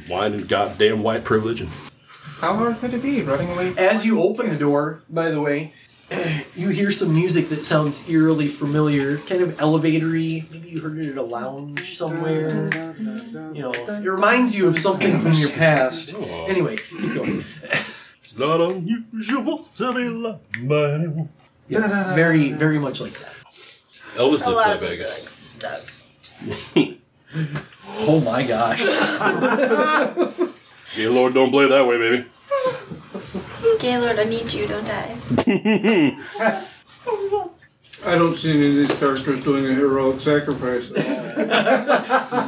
S9: Wine and goddamn white privilege. And
S8: How hard could it be running away?
S3: As you open the door, by the way, you hear some music that sounds eerily familiar, kind of elevatory. Maybe you heard it at a lounge somewhere. You know, it reminds you of something from your past.
S6: Oh.
S3: Anyway, keep going.
S9: it's not unusual to be loved by anyone.
S3: Yeah, very, very much like that.
S9: Elvis
S5: a
S9: did
S5: lot
S9: play
S5: of those are like
S9: Vegas.
S5: stuck.
S3: Oh my gosh.
S9: Gaylord, don't play that way, baby.
S5: Gaylord, I need you. Don't die.
S8: I don't see any of these characters doing a heroic sacrifice.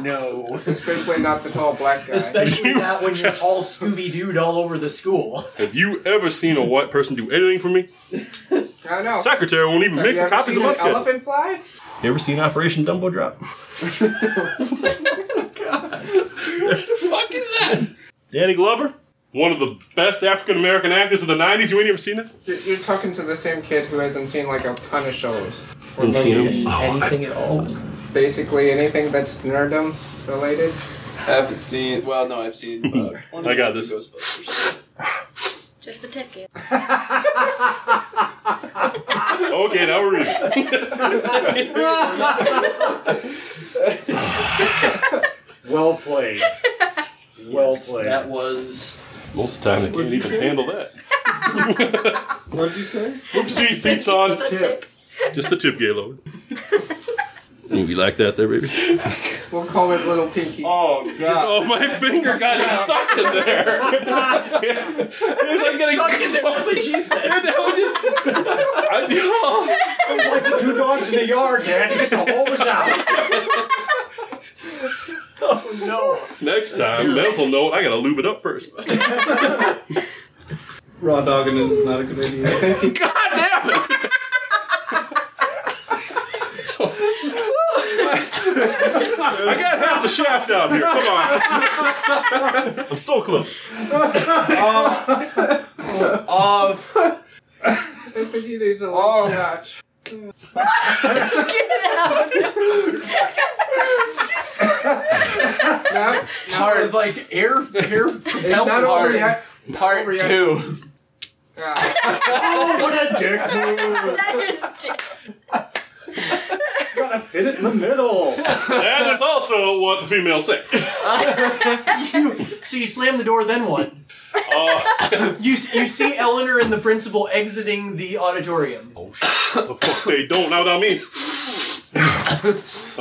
S3: No.
S8: Especially not the tall black guy.
S3: Especially not when you're all Scooby Dooed all over the school.
S9: Have you ever seen a white person do anything for me?
S8: I know.
S9: Secretary won't even
S8: Oh. Have
S9: make
S8: you ever
S9: copies of
S8: seen
S9: my
S8: an
S9: schedule.
S8: elephant fly?
S9: You ever seen Operation Dumbo Drop?
S4: fuck is that?
S9: Danny Glover? One of the best African American actors of the 90s. You ain't ever seen it?
S8: You're, you're talking to the same kid who hasn't seen like a ton of shows. Or
S9: Haven't seen 'em?
S8: movies.
S3: Anything at all?
S8: Basically anything that's nerdum related.
S4: Haven't seen. Well, no, I've seen. Uh, one of
S9: I got
S4: the
S9: this.
S4: Ghostbusters.
S5: Just the tip, Gaylord.
S9: Okay, now we're reading.
S6: Well played. Well played.
S3: That was.
S9: Most of the time, they can't even handle that.
S8: What did you say?
S9: Oopsie, feet's on.
S5: The tip.
S9: Just the tip, Gaylord. you like that there, baby?
S8: We'll call it little pinky.
S4: Oh god.
S9: Oh, my finger got stuck in there. it was like getting
S3: Fucking there, that's what she said.
S9: I, oh,
S6: Like the two dogs in the yard, Dad. Get the hose out.
S3: Oh, No.
S9: Next time, mental note, I gotta lube it up first.
S8: Raw dogging it is not a good idea. I think he
S9: I got half the shaft out here. Come on. I'm so close.
S4: Of
S8: I think he needs a
S4: Oh.
S8: little scotch. Get it out!
S3: Hard as like air, air
S8: it's not
S3: propelled.
S8: over yet.
S4: part two.
S8: Ah,
S3: Oh,
S6: What a dick move.
S5: That is tip.
S6: Gotta fit it in the middle.
S9: That is also what the females say.
S3: You- so you slam the door, then what? you you see Eleanor and the principal exiting the auditorium.
S9: The fuck they don't. Now without me. I'm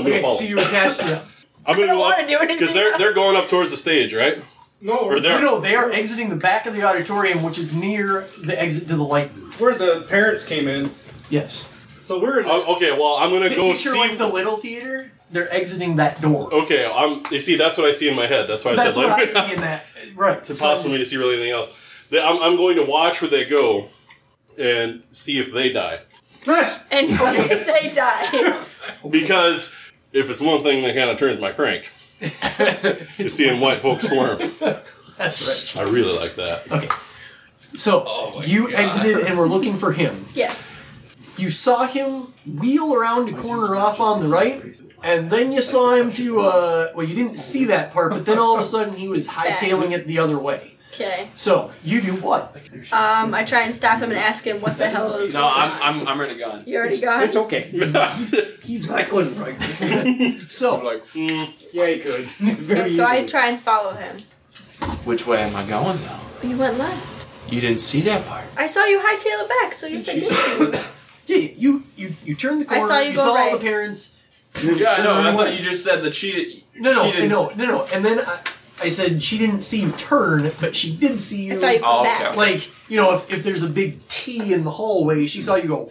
S9: gonna
S3: okay,
S9: follow.
S3: so you attach them.
S9: I'm gonna
S5: I don't
S9: go
S5: wanna do
S9: up
S5: anything
S9: because they're
S5: else.
S9: they're going up towards the stage, right?
S8: no,
S9: Or
S8: we're,
S9: they're
S3: No, no, they are exiting the back of the auditorium, which is near the exit to the light booth.
S11: Where the parents came in.
S3: Yes.
S11: So we're in.
S9: Oh, okay. Well, I'm gonna go
S3: Picture
S9: see.
S3: like the little theater. They're exiting that door.
S9: okay, I'm. You see, that's what I see in my head. That's why I
S3: That's
S9: said
S3: what I
S9: like
S3: see in that. Right. It's
S9: impossible for me to see really anything else. They- I'm, I'm going to watch where they go and see if they die
S3: "Ah,
S5: And so if they die,
S9: because if it's one thing that kind of turns my crank, it's seeing white folks squirm.
S3: That's right.
S9: I really like that.
S3: Okay. So you exited and were looking for him.
S10: Yes.
S3: You saw him wheel around a corner off on the right, and then you saw him to uh well you didn't see that part, but then all of a sudden he was hightailing it the other way.
S5: Okay.
S3: So you do what?
S5: Um, I try and stop him and ask him what the hell is.
S4: No, I'm, I'm, I'm already gone.
S5: You already gone? It's
S3: okay. he's, he's not going right. so
S4: like,
S11: yeah, he could.
S5: so I try and follow him.
S4: Which way am I going though?
S5: You went left.
S4: You didn't see that part.
S5: I saw you hightail it back, so you said did see.
S3: Yeah, you you you turned the
S5: I
S3: corner,
S5: saw you go
S3: saw all
S5: right.
S3: the parents.
S4: Yeah, I know. I thought you just said that she.
S3: No, no,
S4: she didn't
S3: no, no, no. And then I, I said she didn't see you turn, but she did see you.
S5: I saw you come Oh, okay, back. okay.
S3: Like you know, if, if there's a big T in the hallway, she saw you go.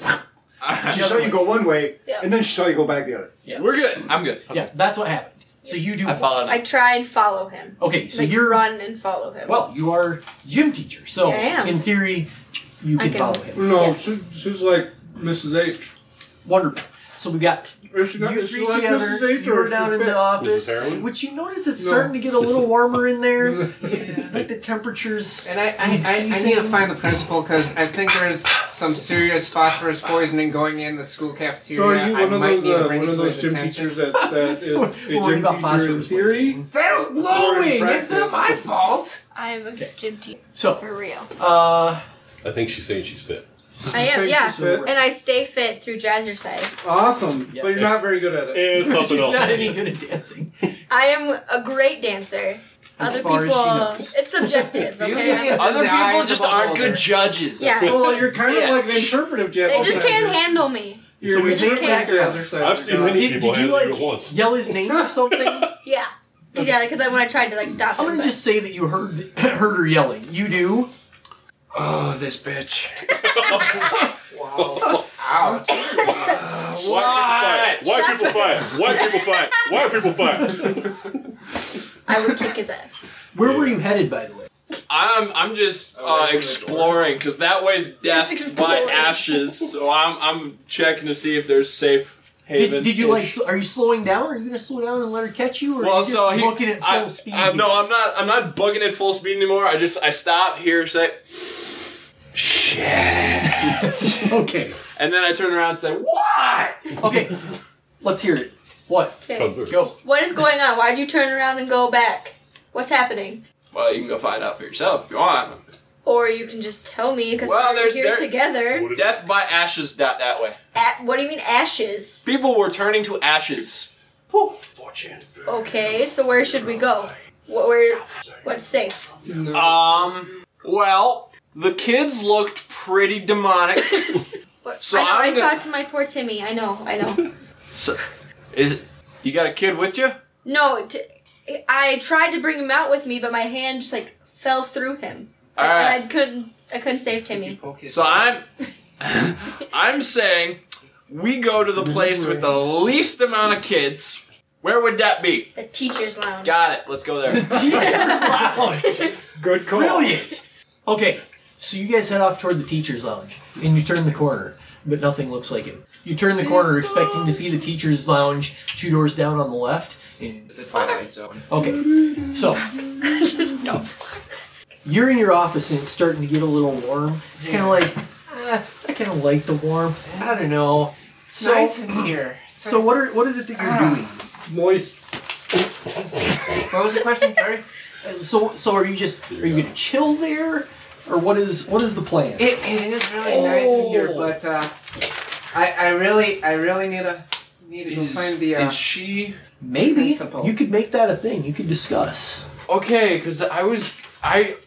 S6: She saw you go one way,
S5: Yeah.
S6: and then she saw you go back the other.
S4: We're good. I'm good.
S3: Yeah, that's what happened. So you do. I
S4: followed.
S5: I try and follow him.
S3: Okay, so
S5: Like,
S3: you're
S5: run and follow him.
S3: well. You are the gym teacher, so
S5: Yeah, I am.
S3: in theory, you
S5: I
S3: can,
S5: can-
S3: follow him.
S11: No, she, she's like Mrs. H.
S3: Wonderful. So we got
S11: is she not,
S3: You
S11: is she
S3: three
S11: like
S3: together.
S11: Mrs. H
S3: You
S11: or
S3: were
S11: is
S3: down
S11: she
S3: in
S11: fit?
S3: the office,
S11: heroin?
S3: which you notice it's
S11: No.
S3: starting to get a little warmer in there. Like the temperatures.
S8: And I, I, I, I need to find the principal because I think there's some serious phosphorus poisoning going in the school cafeteria.
S11: So are you
S8: I
S11: one of
S8: might
S11: those,
S8: need to
S11: uh,
S8: bring
S11: one
S8: it
S11: of
S8: to
S11: those
S8: his
S11: gym
S8: attention.
S11: teachers that, that is a
S3: We're worried
S11: gym teacher
S3: about
S11: in
S3: phosphorus
S11: theory?
S8: They're glowing. It's not
S11: practice.
S8: my fault.
S10: I am a gym teacher.
S3: So-
S10: for real.
S3: Uh,
S9: I think she's saying she's fit.
S5: I am, yeah.
S11: She's fit.
S5: And I stay fit through jazzercise.
S11: Awesome, but you're not very good at it.
S9: And something
S3: she's
S9: else.
S3: not any good at dancing.
S5: I am a great dancer.
S3: As
S5: Other
S3: far as she
S5: people,
S3: knows.
S5: it's subjective.
S8: You
S5: Okay,
S8: think it's
S4: Other
S8: in the eyes
S4: people
S8: of
S4: just
S8: a
S4: aren't
S8: beholder.
S4: good judges.
S5: Yeah.
S11: Well, you're kind of
S4: Yeah.
S11: like an interpretive jet.
S5: they just can't handle me.
S11: You're
S9: So we
S11: an
S9: just
S5: can't
S11: interpretive
S3: handle.
S11: jazzercise.
S9: I've seen many
S3: Did,
S9: people
S3: did you
S9: handle you
S3: like
S9: at once.
S3: yell his name or something? I'm
S5: Yeah. 'Cause, Yeah, because then when I tried to like stop him,
S3: gonna
S5: but-
S3: just say that you heard heard her yelling. You do.
S4: Oh, this bitch.
S9: White people fight. White people fight. White people fight. White people fight.
S5: I would kick his ass.
S3: Where were you headed, by the way?
S4: I'm I'm just uh, exploring because that way's death by
S5: exploring.
S4: ashes. So I'm I'm checking to see if there's safe haven.
S3: Did, did you like? sl- Are you slowing down? Are you gonna slow down and let her catch you, or are
S4: Well,
S3: you just
S4: so he,
S3: looking at full
S4: I,
S3: speed?
S4: I, no, I'm not. I'm not bugging at full speed anymore. I just I stop here, say shit,
S3: Okay.
S4: and then I turn around and say what?
S3: Okay. Let's hear it. What?
S5: Okay.
S3: Go.
S5: What is going on? Why'd you turn around and go back? What's happening?
S4: Well, you can go find out for yourself if you want.
S5: Or you can just tell me because
S4: Well,
S5: we're
S4: there's-
S5: here
S4: there-
S5: together.
S4: Death by ashes. Dot that way.
S5: At, what do you mean ashes?
S4: People were turning to ashes. Fortune.
S5: Okay, so where should we go? What where? What's safe?
S4: Um. Well, the kids looked pretty demonic.
S5: What,
S4: So
S5: I know. i
S4: I'm
S5: saw
S4: gonna-
S5: it to my poor Timmy. I know. I know.
S4: so, is you got a kid with you?
S5: no, t- I tried to bring him out with me, but my hand just like fell through him,
S4: All
S5: and I
S4: right.
S5: couldn't. I couldn't save Timmy.
S4: So I'm. I'm saying we go to the place with the least amount of kids. Where would that be?
S5: The teacher's lounge.
S4: Got it. Let's go there.
S6: Good call.
S3: Brilliant. Okay, so you guys head off toward the teacher's lounge, and you turn the corner, but nothing looks like it. You turn the corner, expecting to see the teacher's lounge two doors down on the left. And
S13: The Twilight Zone.
S3: okay, so
S5: no.
S3: you're in your office, and it's starting to get a little warm. It's kind of like, ah, I kind of like the warm. I don't know. So,
S8: nice in here.
S3: so what are what is it that you're doing?
S11: moist.
S8: What was the question? Sorry.
S3: So, so are you just are you gonna chill there, or what is what is the plan?
S8: It, it is really nice in here, but uh, I I really I really need a need to go find the uh,
S4: Is she
S3: Maybe
S8: Principal.
S3: you could make that a thing. You could discuss.
S4: okay? Because I was I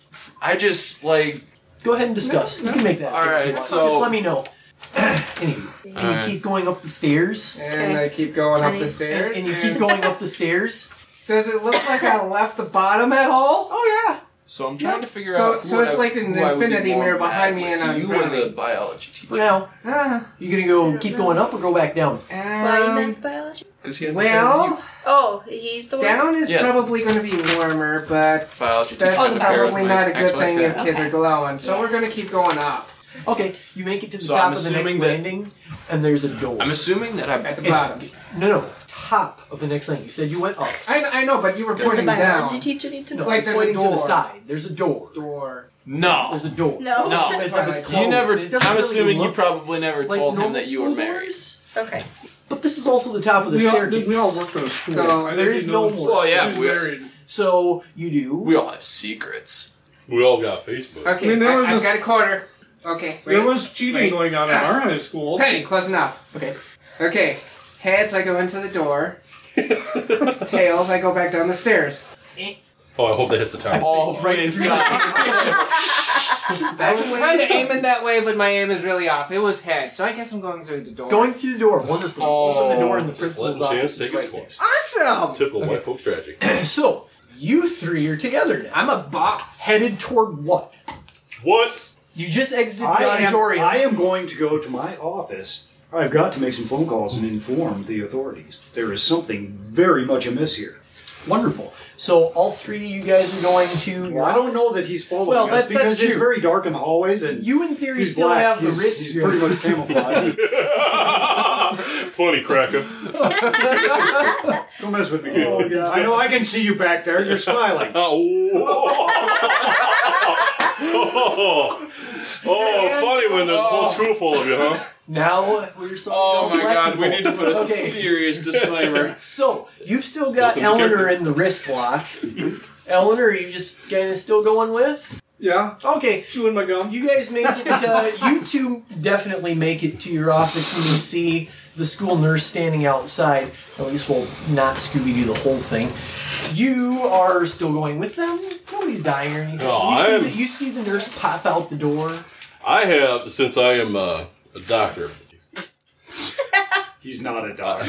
S4: I just like
S3: Go ahead and discuss. You can make that. a
S4: all
S3: thing.
S4: right.
S3: Just
S4: So
S3: let me know. anyway, and you
S4: Alright.
S3: keep going up the stairs,
S8: and I keep going up
S5: Honey.
S8: the
S3: and,
S8: stairs.
S3: and you keep going up the stairs.
S8: Does it look like I left the bottom at all?
S3: Oh yeah.
S4: so I'm trying to figure
S8: So-
S4: out. who
S8: so
S4: would
S8: it's
S4: I-
S8: like an
S4: who I would be
S8: infinity
S4: more
S8: mirror
S4: mad
S8: behind me
S4: with,
S8: and I'm
S4: you
S8: proud
S4: were
S8: of
S4: the
S8: it.
S4: biology
S3: For
S4: teacher
S3: now,
S8: Ah.
S3: you gonna go keep going up or go back down?
S5: Why you
S8: Um,
S5: meant biology?
S4: because he had
S8: well,
S5: Oh, he's the one.
S8: down is
S4: Yeah.
S8: probably going to be warmer, but
S4: biology teacher.
S8: that's
S4: had an affair with
S8: probably
S4: my
S8: not a good
S4: ex-wife,
S8: thing
S4: yeah.
S8: if kids are glowing. So we're going to keep going up
S3: Okay, you make it to the
S4: So
S3: top
S4: I'm
S3: of the next
S4: assuming that-
S3: landing, and there's a door.
S4: I'm assuming that I
S8: at the
S3: It's-
S8: bottom.
S3: no, no, top of the next lane. You said you went up.
S8: I, I know, but you were
S5: Does the
S8: pointing down.
S5: biology teacher need to
S3: No,
S5: know?
S3: it's pointing to the side. There's a door.
S8: Door.
S4: No.
S3: There's a door.
S5: No.
S4: No.
S3: It's like it's
S4: you
S3: closed.
S4: never.
S3: It doesn't
S4: I'm
S3: really
S4: assuming you
S3: look
S4: probably never
S3: like
S4: told him
S3: normal
S4: that you were
S3: school
S4: married.
S5: Okay.
S3: But this is also the top of the
S4: We all-
S3: staircase.
S4: we all work
S3: for a school.
S4: I
S3: So
S4: think
S3: there
S4: he
S3: is no
S4: knows.
S3: more.
S4: Well, yeah,
S3: Who's
S4: we-
S3: married? So you do.
S4: We all have secrets.
S9: We all got Facebook.
S8: Okay, I I, have got a quarter. Okay.
S11: There was cheating going on at our high
S8: school. Hey, close enough. Okay. Okay. Heads, I go into the door. Tails, I go back down the stairs.
S9: Oh, I hope that hits the time.
S4: Oh, praise God.
S8: I was kind of aiming that way, but my aim is really off. It was head, so I guess I'm going through the door.
S3: Going through the door, wonderful.
S4: Oh.
S3: Open the door in the principal's
S9: letting
S3: office.
S9: chance take its course.
S3: Awesome.
S9: Typical white folk strategy.
S3: so you three are together now.
S8: I'm a box.
S3: Headed toward what?
S9: What?
S3: You just exited
S6: I
S3: the
S6: am,
S3: auditorium.
S6: I am going to go to my office. I've got to make some phone calls and inform the authorities. There is something very much amiss here.
S3: Wonderful. So all three of you guys are going to.
S6: Well, I don't know that he's following
S3: Well,
S6: us
S3: that-
S6: because
S3: that's
S6: it's
S3: true.
S6: very dark in the hallways, and
S3: you in theory
S6: he's
S3: still
S6: black.
S3: have the
S6: He's-
S3: risk.
S6: He's pretty much camouflaged.
S9: Funny cracker.
S6: don't mess with me.
S3: Oh,
S6: I know I can see you back there. You're smiling.
S9: Oh, oh funny when there's a whole school full of you, huh?
S3: Now we're so.
S4: Oh my God, we need to put a
S3: Okay.
S4: serious disclaimer.
S3: So you've still got
S4: Welcome to
S3: Eleanor in the wrist lock. Eleanor, are you just gonna still going with?
S11: Yeah.
S3: Okay.
S11: Chewing my gum.
S3: You guys make it. Uh, you two definitely make it to your office, and you see the school nurse standing outside. At least we'll not Scooby Doo the whole thing. You are still going with them. Nobody's dying or anything.
S9: No,
S3: you,
S9: I
S3: see
S9: am-
S3: the, you see the nurse pop out the door.
S9: I have, since I am uh, a doctor,
S6: He's not a doctor.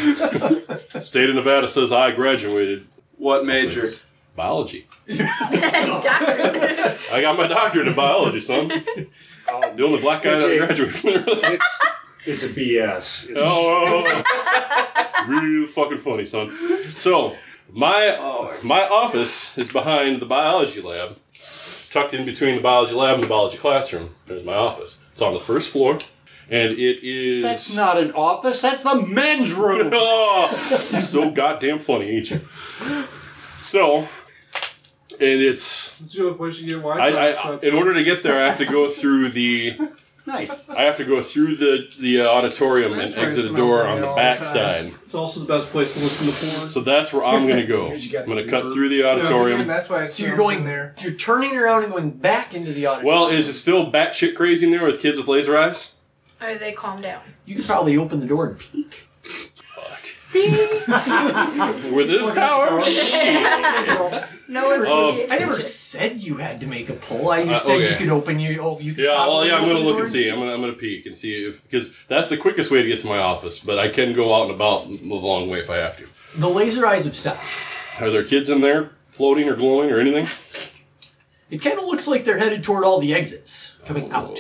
S9: State of Nevada says I graduated.
S4: What major?
S9: Biology. doctor. I got my doctorate in biology, son. the only black guy that graduated from there.
S6: it's, it's a BS. It's-
S9: Oh, real fucking funny, son. So my my office is behind the biology lab, tucked in between the biology lab and the biology classroom. There's my office. It's on the first floor, and it is.
S6: That's not an office. That's the men's room.
S9: oh, so goddamn funny, ain't you? So, and it's I, I in order to get there, I have to go through the
S6: nice.
S9: I have to go through the the uh, auditorium and exit a door on the back side.
S11: It's also the best place to listen to porn.
S9: So that's where I'm going to go. I'm going to cut through the auditorium.
S8: that's why it's
S3: So you're going. You're turning around and going back into the auditorium.
S9: Well, is it still batshit crazy in there with kids with laser eyes?
S10: Or they calm down.
S3: You could probably open the door and peek.
S9: With this tower?
S10: No one's
S4: Oh.
S9: Um,
S10: gonna
S3: I never said you had to make a poll. I
S9: Uh,
S3: just said you
S9: okay.
S3: could open your. Oh, you could
S9: Yeah, well,
S3: probably
S9: yeah, I'm going to
S3: open the
S9: look
S3: door.
S9: and see. I'm going to I'm gonna peek and see if. Because that's the quickest way to get to my office, but I can go out and about the long way if I have to.
S3: The laser eyes have stopped.
S9: Are there kids in there floating or glowing or anything?
S3: It kind of looks like they're headed toward all the exits coming
S9: Oh.
S3: out.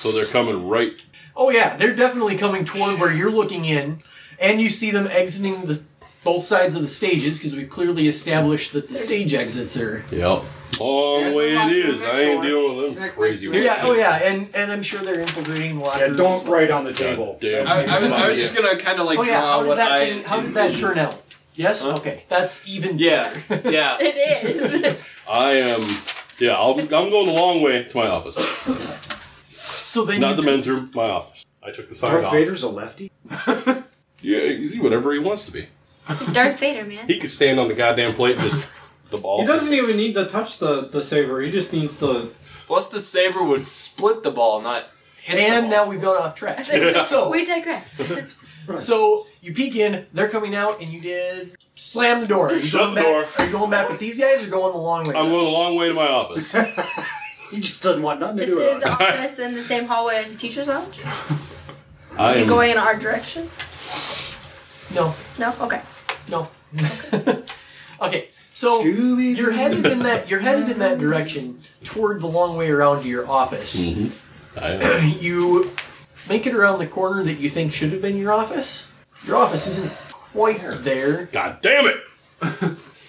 S9: So they're coming right.
S3: Oh yeah, they're definitely coming toward where you're looking in, and you see them exiting the both sides of the stages because we clearly established that the stage exits are.
S9: Yep. Long Oh, way it is. I ain't dealing with them crazy
S3: Yeah. Oh yeah, and and I'm sure they're infiltrating a lot.
S6: Yeah,
S3: of
S6: don't write on the table.
S9: Damn.
S4: I, I was, I was just gonna kind of like
S3: oh yeah,
S4: draw
S3: how did
S4: what
S3: that
S4: I.
S3: thing, how did that turn out? Yes. Okay, that's even.
S4: Yeah, yeah.
S5: It is.
S9: I am. Yeah, I'll, I'm going the long way to my office.
S3: So then
S9: Not
S3: you
S9: the men's room, my office. I took the sign
S6: Darth
S9: off.
S6: Vader's a lefty.
S9: Yeah, he's whatever he wants to be.
S10: It's Darth Vader, man.
S9: He could stand on the goddamn plate and just the ball.
S11: He doesn't even need to touch the, the saber. He just needs to.
S4: Plus, the saber would split the ball, not hit
S3: And
S4: the
S3: now we've gone off track. So
S10: We digress.
S3: So you peek in, they're coming out, and you did slam the door. Are you
S9: Shut
S3: going
S9: the
S3: back,
S9: door.
S3: Are you going back with these guys or going the long way?
S9: I'm going a long way to my office.
S6: He just doesn't want nothing to
S10: Is
S6: do with
S10: his
S6: it.
S10: office in the same hallway as the teacher's lounge?
S9: I
S10: Is he
S9: am-
S10: going in our direction?
S3: no,
S10: No? Okay.
S3: no. okay, so you're headed in that you're headed in that direction toward the long way around to your office.
S9: Mm-hmm. I am.
S3: You make it around the corner that you think should have been your office. Your office isn't quite there.
S9: God damn it!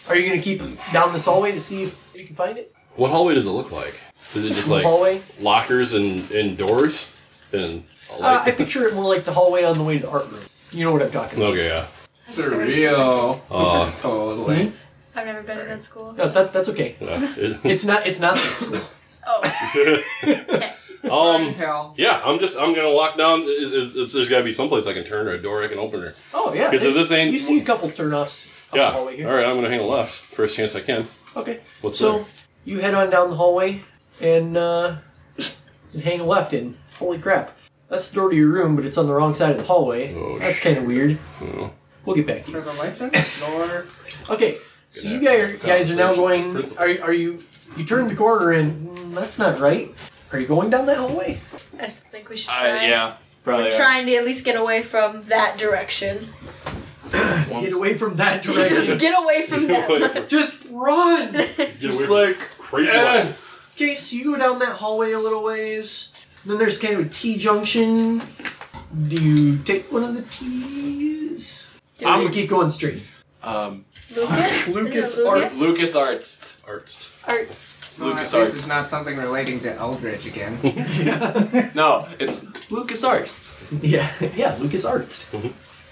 S3: Are you going to keep down this hallway to see if you can find it?
S9: What hallway does it look like? Is it just like
S3: Hallway?
S9: lockers and, and doors and a
S3: Uh,
S9: light?
S3: I picture it more like the hallway on the way to the art room. You know what I'm talking about.
S9: okay, yeah.
S8: Surreal.
S9: Uh,
S8: totally.
S5: I've never been in that school.
S3: No, that, that's okay. it's not. It's not this school.
S5: Oh,
S9: Um,
S14: hell.
S9: yeah, I'm just I'm gonna lock down. Is, is, is, there's gotta be someplace I can turn or a door I can open or.
S3: Oh yeah.
S9: Because if this ain't
S3: You see a couple turnoffs. up
S9: yeah.
S3: The hallway here.
S9: All right, I'm gonna hang a left first chance I can.
S3: Okay.
S9: What's
S3: so
S9: there?
S3: you head on down the hallway and uh, and hang left, and holy crap, that's the door to your room, but it's on the wrong side of the hallway.
S9: Oh,
S3: that's kind of weird. We'll get back to you.
S14: Are the lights on? Door.
S3: Okay, so you guys, guys are now going. Are, are you? You turned the corner and mm, that's not right. Are you going down that hallway?
S5: I still think we should
S4: Uh,
S5: try.
S4: yeah, probably.
S5: We're trying to at least get away from that direction.
S3: Get away from that direction.
S5: Just get away from
S3: Get
S5: them.
S3: Just run.
S9: Just
S3: like
S9: crazy.
S3: eh. Okay, so you go down that hallway a little ways. Then there's kind of a T junction. Do you take one of the T's?
S4: Do
S3: I'm
S4: we-
S3: gonna keep going straight.
S4: Um,
S5: Lucas?
S3: Lucas
S4: Lucas?
S3: Arts.
S4: Lucas Arts.
S5: Arts.
S4: Lucas
S8: This is
S4: Arts.
S8: not something relating to Eldritch again.
S4: No, it's Lucas Arts.
S3: Yeah, yeah, Lucas Arts.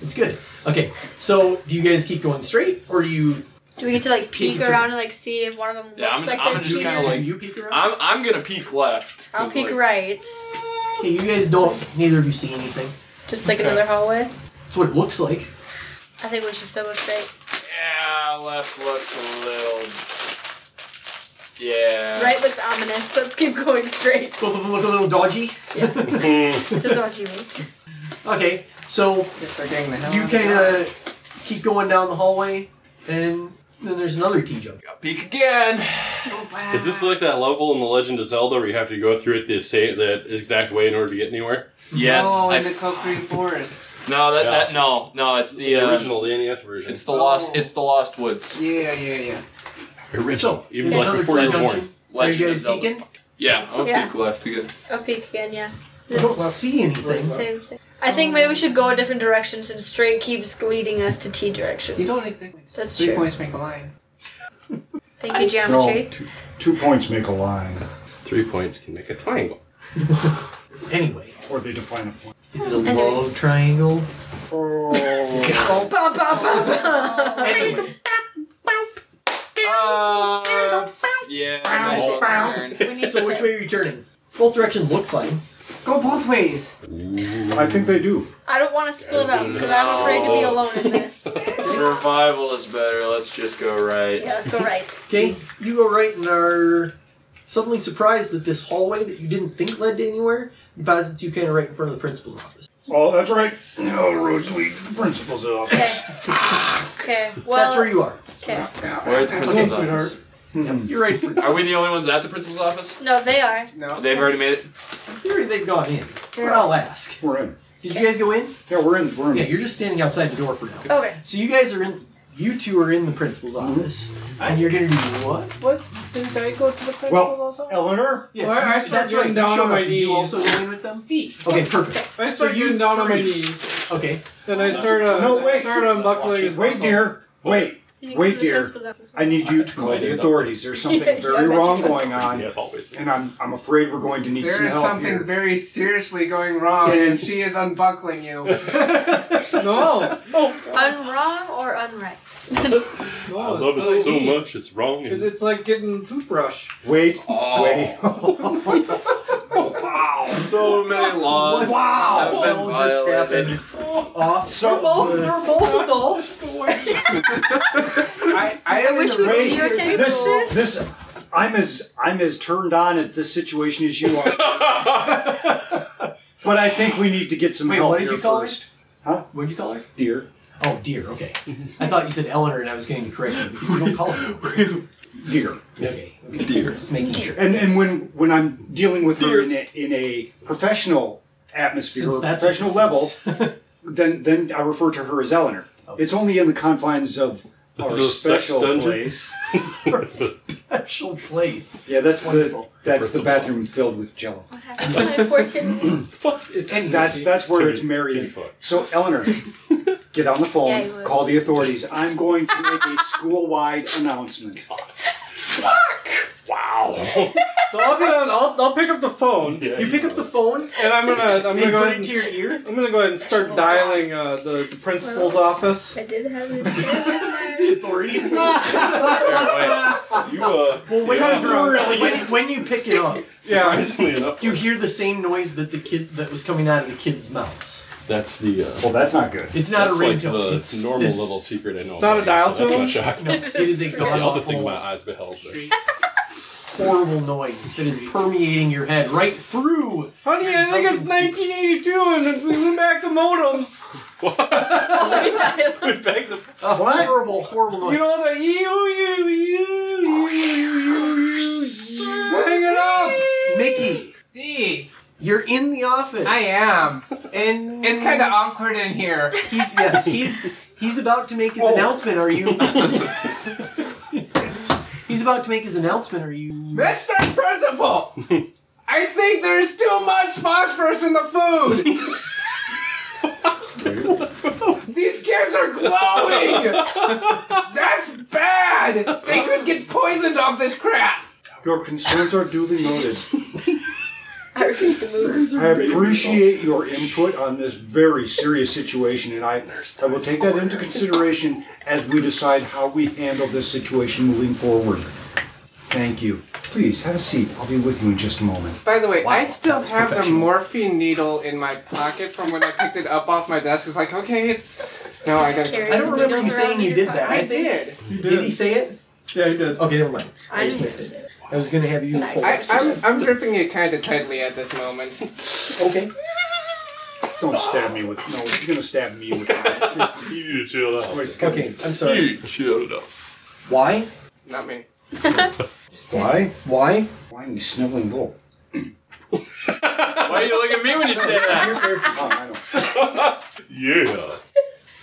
S3: It's good. Okay, so do you guys keep going straight, or do you?
S5: Do we get to like peek
S3: Peek.
S5: around and like see if one of them looks
S4: Yeah, I'm,
S5: like
S4: I'm
S5: they're
S4: just kind
S5: junior?
S4: of like
S3: you peek around.
S4: I'm I'm gonna peek left.
S5: I'll
S4: 'cause,
S5: peek
S4: like,
S5: right.
S3: Okay, you guys don't. Neither of you see anything.
S5: Just like another hallway.
S3: That's what it looks like.
S5: I think we should still go straight.
S4: Yeah, left looks a little. Yeah.
S5: Right looks ominous. Let's keep going straight.
S3: Both of them look a little dodgy.
S9: Hmm.
S5: It's a dodgy one.
S3: Okay, so you uh, kind of keep going down the hallway, and then there's another T jump.
S4: Peek again.
S9: Is this like that level in The Legend of Zelda where you have to go through it the same that exact way in order to get anywhere?
S4: Yes,
S8: No,
S4: I
S8: in the Coke Green Forest.
S4: No, that, that no no it's
S9: The
S4: the, uh,
S9: original, the NES version.
S4: It's the lost. It's the Lost Woods.
S8: Yeah, yeah, yeah.
S4: Original,
S9: even like before you were born.
S4: Legend
S3: Are
S4: of
S3: you guys
S4: Zelda.
S3: peeking?
S4: Yeah, I'll
S5: Yeah.
S4: peek left again.
S5: I'll peek again, yeah.
S3: I don't see anything.
S5: Same thing. I think maybe we should go a different direction since straight keeps leading us to T directions.
S8: You don't exactly.
S5: That's
S8: Three
S5: true.
S8: points make a line.
S5: Thank you, geometry.
S6: two, two points make a line.
S9: Three points can make a triangle.
S3: anyway,
S6: or they define a point.
S3: Is it a love triangle?
S6: Oh.
S5: Ba, ba, ba, ba.
S4: Uh, yeah. nice little turn.
S3: so which way are you turning? Both directions look fine.
S8: Go both ways.
S6: I think they do.
S5: I don't want to split up because I'm afraid to be alone in this.
S4: Survival is better. Let's just go right.
S5: Yeah, let's go right.
S3: Okay, you go right and are suddenly surprised that this hallway that you didn't think led to anywhere deposits you kind of right in front of the principal's office.
S6: Oh, that's right.
S15: No, roads lead to the principal's office.
S5: Okay. Okay. Well.
S3: That's where you are.
S5: Okay.
S4: We're at the principal's office.
S3: You're right.
S4: Are we the only ones at the principal's office?
S5: No, they are.
S3: No.
S4: They've already made it.
S3: Theory they've gone in, but I'll ask.
S6: We're in.
S3: Did you guys go in?
S6: Yeah, we're in. We're in.
S3: Yeah, you're just standing outside the door for now.
S5: Okay.
S3: So you guys are in. You two are in the principal's office, and you're gonna do what?
S14: What? Didn't I go to the principal
S3: Well,
S14: also?
S6: Eleanor?
S3: Yes,
S14: Well, I
S3: you-
S14: start
S3: that's right.
S14: getting
S3: You
S14: down on
S3: showed
S14: my
S3: up. Did you
S14: knees.
S3: also go in with them? Okay, perfect.
S14: I start
S3: So you
S14: getting down on my
S3: three.
S14: knees.
S3: Okay.
S14: Then I start, uh,
S6: No, wait.
S14: start unbuckling his
S6: Wait,
S14: buckle.
S6: dear. Wait. Wait, dear. I need you to call the authorities. There's something very wrong going on,
S9: Yes, always.
S6: and I'm, I'm afraid we're going to need
S8: There
S6: some
S8: is
S6: help
S8: something
S6: here.
S8: very seriously going wrong,
S6: Yeah.
S8: and she is unbuckling you.
S14: No.
S5: Unwrong or unright?
S9: I love it so much. It's wrong.
S14: It-
S9: And
S14: It's like getting toothbrush.
S6: Wait, wait.
S4: So many laws.
S3: Wow.
S4: Have
S14: Oh,
S4: been violated.
S3: Off.
S6: So
S3: both, you're both adults.
S8: I,
S5: I
S8: I,
S5: wish we could
S6: Wait,
S5: videotape
S6: this,
S5: this.
S6: this, I'm as I'm as turned on at this situation as you are. but I think we need to get some
S3: Wait,
S6: help
S3: what did
S6: here
S3: you call her?
S6: first. Huh?
S3: What'd you call her?
S6: Dear.
S3: Oh, dear. Okay. I thought you said Eleanor, and I was getting correct you because you don't call her. Eleanor.
S6: Dear.
S3: okay. okay. Dear. Just making sure.
S6: And and when when I'm dealing with her in a, in a professional atmosphere,
S3: Since
S6: or
S3: that's what
S6: professional level, then then I refer to her as Eleanor. It's only in the confines of our
S9: The sex
S6: special
S9: dungeon?
S6: place.
S3: Special place.
S6: Yeah, that's the that's the
S9: Principal.
S6: bathroom filled with jello.
S3: It's
S6: And that's that's where it's married. So Eleanor, get on
S5: Yeah,
S6: the
S5: I
S6: phone,
S5: will.
S6: call the authorities. I'm going to make a school-wide announcement.
S5: Fuck!
S6: Wow.
S11: So I'll be on. I'll, I'll pick up the phone.
S3: You pick up the phone,
S11: and I'm gonna.
S3: Just
S11: I'm gonna go ahead
S3: input it
S11: and,
S3: to your ear.
S11: I'm gonna go ahead and start dialing uh, the, the principal's office.
S5: I did have it.
S3: the authorities.
S9: You, uh,
S3: well, when,
S9: yeah.
S3: you really, when, when you pick it up,
S9: Yeah. Surprisingly enough.
S3: you hear the same noise that the kid that was coming out of the kid's mouths.
S9: That's the. Uh,
S6: well, that's not good.
S3: It's not a
S9: that's like
S3: ringtone,
S9: the
S3: it's
S9: normal
S3: this-
S9: level secret I know.
S3: It's not a dial
S9: about you, so
S3: tone?
S9: That's not shocking.
S3: No, it is a
S9: That's the other
S3: god-awful-
S9: thing my eyes beheld. but-
S3: Horrible noise that is permeating your head right through.
S11: Honey, I think it's 1982, and we went back to modems.
S3: A horrible, horrible noise.
S11: You know the
S8: E
S11: you you you you you you.
S3: Hang it up, Mickey.
S13: See,
S3: You're in the office.
S13: I am.
S3: And
S13: It's kind of awkward in here.
S3: He's yes. He's he's about to make his announcement. Are you? he's about to make his announcement. Are you?
S13: Mr. Principal, I think there's too much phosphorus in the food. These kids are glowing. That's bad. They could get poisoned off this crap.
S6: Your concerns are duly noted.
S5: I refuse to move.
S6: I appreciate your input on this very serious situation, and I, I will take that into consideration as we decide how we handle this situation moving forward. Thank you. Please have a seat. I'll be with you in just a moment.
S8: By the way, I still
S6: was
S8: have the
S6: professional.
S8: morphine needle in my pocket from when I picked it up off my desk. It's like, okay, it's. No, I got
S3: I don't remember you saying you did that. I think.
S8: did.
S3: Did. he say it?
S8: Yeah, you did.
S3: Okay, never mind. I,
S8: I
S3: just
S8: didn't
S3: missed it. I was gonna have you. pull
S8: I,
S3: it.
S8: I'm, I'm gripping it kind of tightly at this moment.
S3: okay.
S6: Don't stab me with no. You're gonna stab me with. that.
S9: You need to chill out.
S3: Okay, I'm sorry.
S9: You chill out.
S3: Why?
S8: Not me.
S6: Why?
S3: Why?
S6: Why am you sniveling little?
S4: Why are you looking at me when you say that?
S9: Yeah.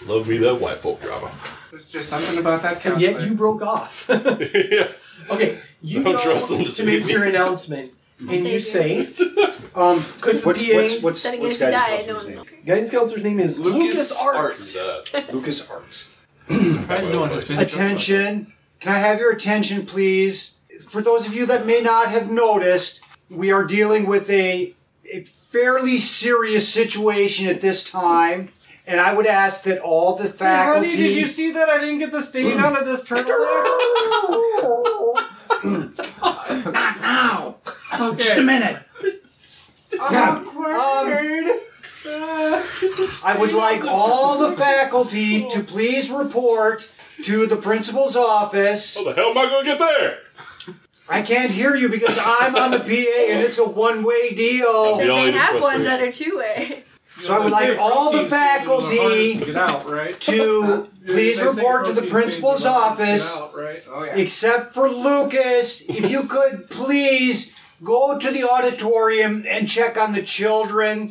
S9: Love me that white folk drama.
S8: There's just something about that.
S3: And yet you broke off.
S9: yeah.
S3: Okay, you
S9: Don't
S3: go
S9: trust them to
S3: to
S9: save
S3: make
S9: me.
S3: your announcement, and you say,
S6: Save
S3: um, "Could the
S6: What's-
S3: PA?"
S6: what's- what's- Then again, what's if you guidance die, counselor's no one
S3: Guidance counselor's name is Lucas, Arts.
S6: Lucas Arts.
S3: no one has been-
S6: Attention. Can I have your attention, please? For those of you that may not have noticed, we are dealing with a, a fairly serious situation at this time. And I would ask that all the faculty.
S11: Honey, did you see that? I didn't get the stain out of this turtleneck.
S6: Not now! Just a minute.
S11: Awkward.
S6: I would like all the faculty to please report to the principal's office. How
S9: the hell am I going to get there?
S6: I can't hear you because I'm on the PA and it's a one way
S5: So
S6: deal.
S5: they have ones that are two way.
S6: So I would like all the faculty
S8: Get out, right?
S6: to please
S8: They say
S6: report to the
S8: protein
S6: principal's
S8: changes are
S6: office,
S8: out, right? Oh, yeah.
S6: except for Lucas. If you could please go to the auditorium and check on the children,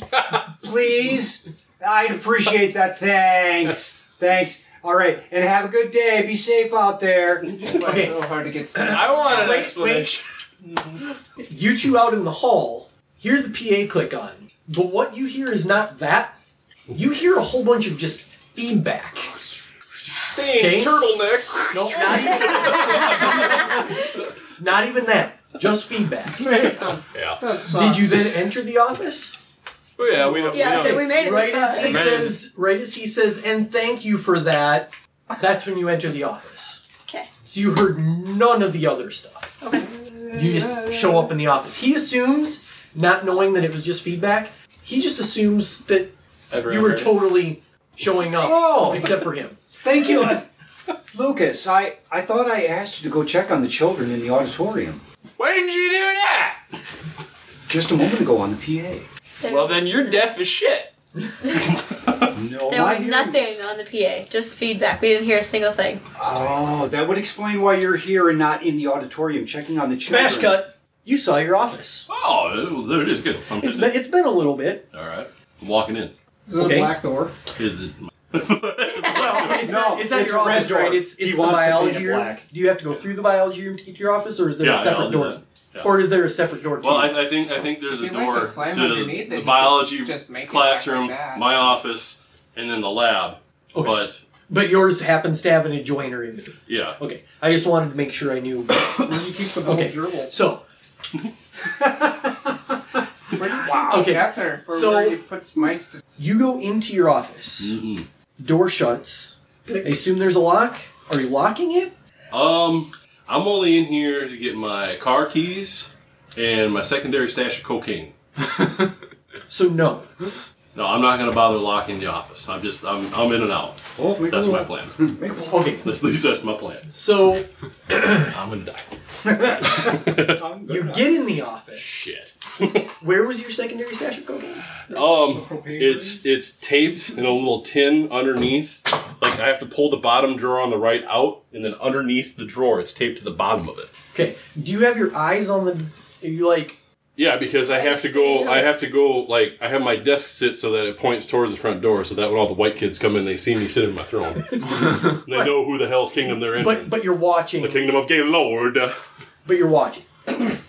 S6: please. I'd appreciate that. Thanks. Thanks. All right, and have a good day. Be safe out there.
S8: Okay. So hard to get.
S4: I want an
S3: Wait,
S4: explanation.
S3: wait. you two out in the hall hear the PA click on, but what you hear is not that. You hear a whole bunch of just feedback.
S9: Stained turtleneck.
S3: No, not even. not even that. Just feedback.
S9: Yeah.
S3: Did you then enter the office?
S4: Well, Oh, yeah, we don't. we don't.
S3: Right as he
S4: Made it.
S3: says, right as he says, and thank you for that. That's when you enter the office.
S5: Okay.
S3: So you heard none of the other stuff. Okay. You just show up in the office. He assumes, not knowing that it was just feedback, he just assumes that
S4: Everyone
S3: you were
S4: heard it?
S3: totally showing up,
S6: Oh!
S3: except for him.
S6: Thank you, Uh, Lucas. I I thought I asked you to go check on the children in the auditorium
S4: Why didn't you do that?
S6: just a moment ago on the
S4: Well, then you're deaf as shit.
S6: PA. No,
S5: There
S6: my
S5: was
S6: hearing-
S5: nothing on the PA, just feedback. We didn't hear a single thing.
S6: Oh, that would explain why you're here and not in the auditorium checking on the children.
S3: Smash cut. You saw your office.
S9: Oh, there it is. Good. I'm
S3: It's
S9: in
S3: been, it's been a little bit.
S9: it. All right. I'm walking in.
S3: Is it a Okay. black
S8: door?
S9: Is it?
S3: It's not, it's not
S6: it's
S3: your
S6: red
S3: office,
S6: door.
S3: right? It's,
S6: He
S3: it's the
S6: wants to paint it
S3: biology room.
S6: black.
S3: Do you have to go through the biology room to get to your office, or is there
S9: Yeah,
S3: a
S9: yeah, I'll
S3: separate
S9: do
S3: door?
S9: that. Yeah.
S3: Or is there a separate door? to
S9: Well,
S3: it?
S9: I, I think I think there's a
S8: If he likes to
S9: door
S8: climb
S9: to
S8: underneath it, he
S9: the
S8: can
S9: biology
S8: just make it
S9: classroom,
S8: back like that.
S9: my office, and then the lab. But
S3: But yours happens to have an adjoiner in it.
S9: yeah,
S3: Okay, I just wanted to make sure I knew.
S8: You keep the whole
S3: okay,
S8: gerbil.
S3: so
S8: wow.
S3: Okay.
S8: Get there for
S3: So-
S8: where he puts mice to
S3: You go into your office.
S9: Mm-hmm.
S3: Door shuts. I assume there's a lock. Are you locking it?
S9: Um, I'm only in here to get my car keys and my secondary stash of cocaine.
S3: so no.
S9: No, I'm not gonna bother locking the office. I'm just I'm I'm in and out.
S6: Oh,
S9: that's my plan.
S3: Okay.
S9: At least that's my plan.
S3: So
S9: I'm gonna die.
S3: you get in the office.
S9: Shit.
S3: Where was your secondary stash of cocaine?
S9: Um, it's it's taped in a little tin underneath. Like I have to pull the bottom drawer on the right out, and then underneath the drawer, it's taped to the bottom of it.
S3: Okay. Do you have your eyes on the? Are you like?
S9: Yeah, because I have to go. I have to go. Like I have my desk sit so that it points towards the front door, so that when all the white kids come in, they see me sitting in my throne. they know who the hell's kingdom they're in.
S3: But but you're watching. The
S9: kingdom of Gaylord.
S3: But you're watching. Did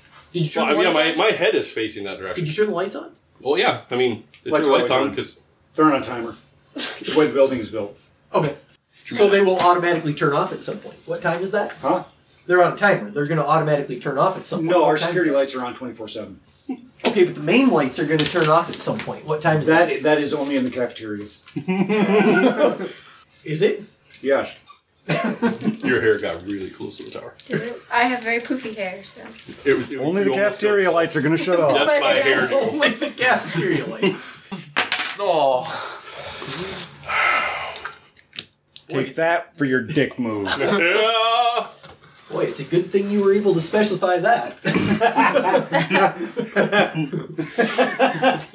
S3: you turn
S9: Well, I
S3: the
S9: mean, yeah,
S3: lights
S9: my,
S3: on?
S9: my head is facing that direction.
S3: Did you turn the lights on?
S9: Well, yeah. I mean, it
S6: Lights
S9: lights,
S6: are
S9: lights
S6: always
S9: on
S6: on.
S9: because
S6: They're on a timer. The way the building is built.
S3: Okay. So they will automatically turn off at some point. What time is that?
S6: Huh?
S3: They're on a timer. They're going to automatically turn off at some point.
S6: No,
S3: What
S6: our
S3: time is
S6: security lights are on 24 7.
S3: that? Okay, but the main lights are going to turn off at some point. What time is that?
S6: That, that is only in the cafeteria.
S3: is it?
S6: Yes.
S9: your hair got really close to the tower.
S5: I have very poofy hair, so.
S9: It, was- it,
S6: Only the
S9: you almost-
S6: cafeteria lights are going to shut off.
S9: That's my hairdo.
S3: Only the cafeteria lights.
S4: oh.
S6: Take that for your dick move.
S3: Boy, it's a good thing you were able to specify that.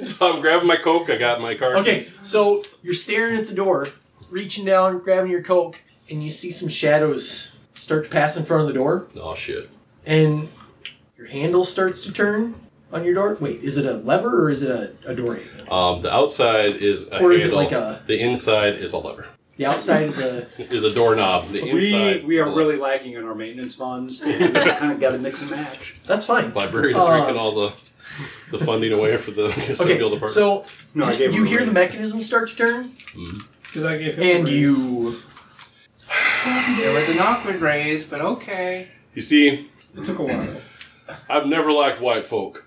S9: So I'm grabbing my coke. I got my car.
S3: Okay,
S9: keys.
S3: so you're staring at the door, reaching down, grabbing your coke, and you see some shadows start to pass in front of the door,
S9: Oh shit.
S3: and your handle starts to turn on your door. Wait, is it a lever or is it a, a door handle?
S9: Um, the outside is a
S3: Or is it
S9: handle.
S3: like a-
S9: The inside is a lever.
S3: The outside is a.
S9: Is a doorknob. The
S6: We,
S9: inside.
S6: we are really lacking in our maintenance funds. We kind of got to mix and match.
S3: That's fine.
S9: Librarians
S3: Uh,
S9: drinking all the the funding away for the custodial
S3: Okay,
S9: department.
S3: so
S6: No, I gave
S3: you
S6: him a
S3: hear
S6: raise.
S3: the mechanism start to turn,
S8: Because I gave
S3: and you.
S8: There was an awkward raise, but okay.
S9: you see,
S8: It took a while.
S9: I've never liked white folk,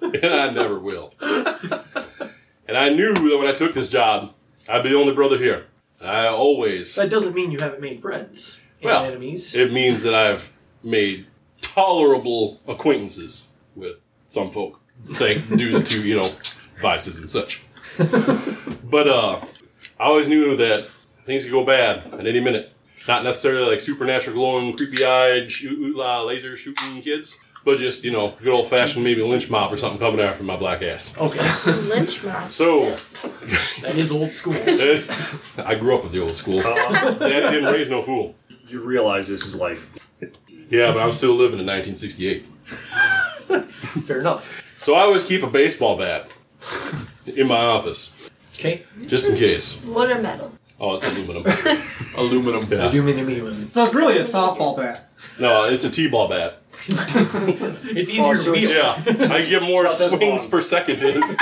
S9: and I never will. And I knew that when I took this job, I'd be the only brother here. I always.
S3: That doesn't mean you haven't made friends and
S9: Well,
S3: enemies.
S9: It means that I've made tolerable acquaintances with some folk, thank due to you know vices and such. but uh, I always knew that things could go bad at any minute. Not necessarily like supernatural glowing, creepy-eyed, shoot, uh, laser shooting kids, but just you know, good old-fashioned maybe lynch mob or something coming after my black ass.
S3: Okay,
S5: Lynch mob.
S9: So
S3: that is old school.
S9: eh, I grew up with the old school. Daddy didn't raise no fool.
S12: You realize this is like
S9: Yeah, but I'm still living in 1968.
S3: Fair enough.
S9: So I always keep a baseball bat in my office,
S3: Okay,
S9: just in case.
S5: Wood or metal?
S9: Oh, it's aluminum. aluminum. Yeah.
S3: aluminum aluminum.
S8: So it's really a softball bat.
S9: No, it's a T-ball bat.
S3: It's
S6: Oh,
S3: easier to
S6: so
S3: wield.
S6: it's-
S9: Yeah, I get more
S6: It's not this
S9: swings
S6: long.
S9: per second. In.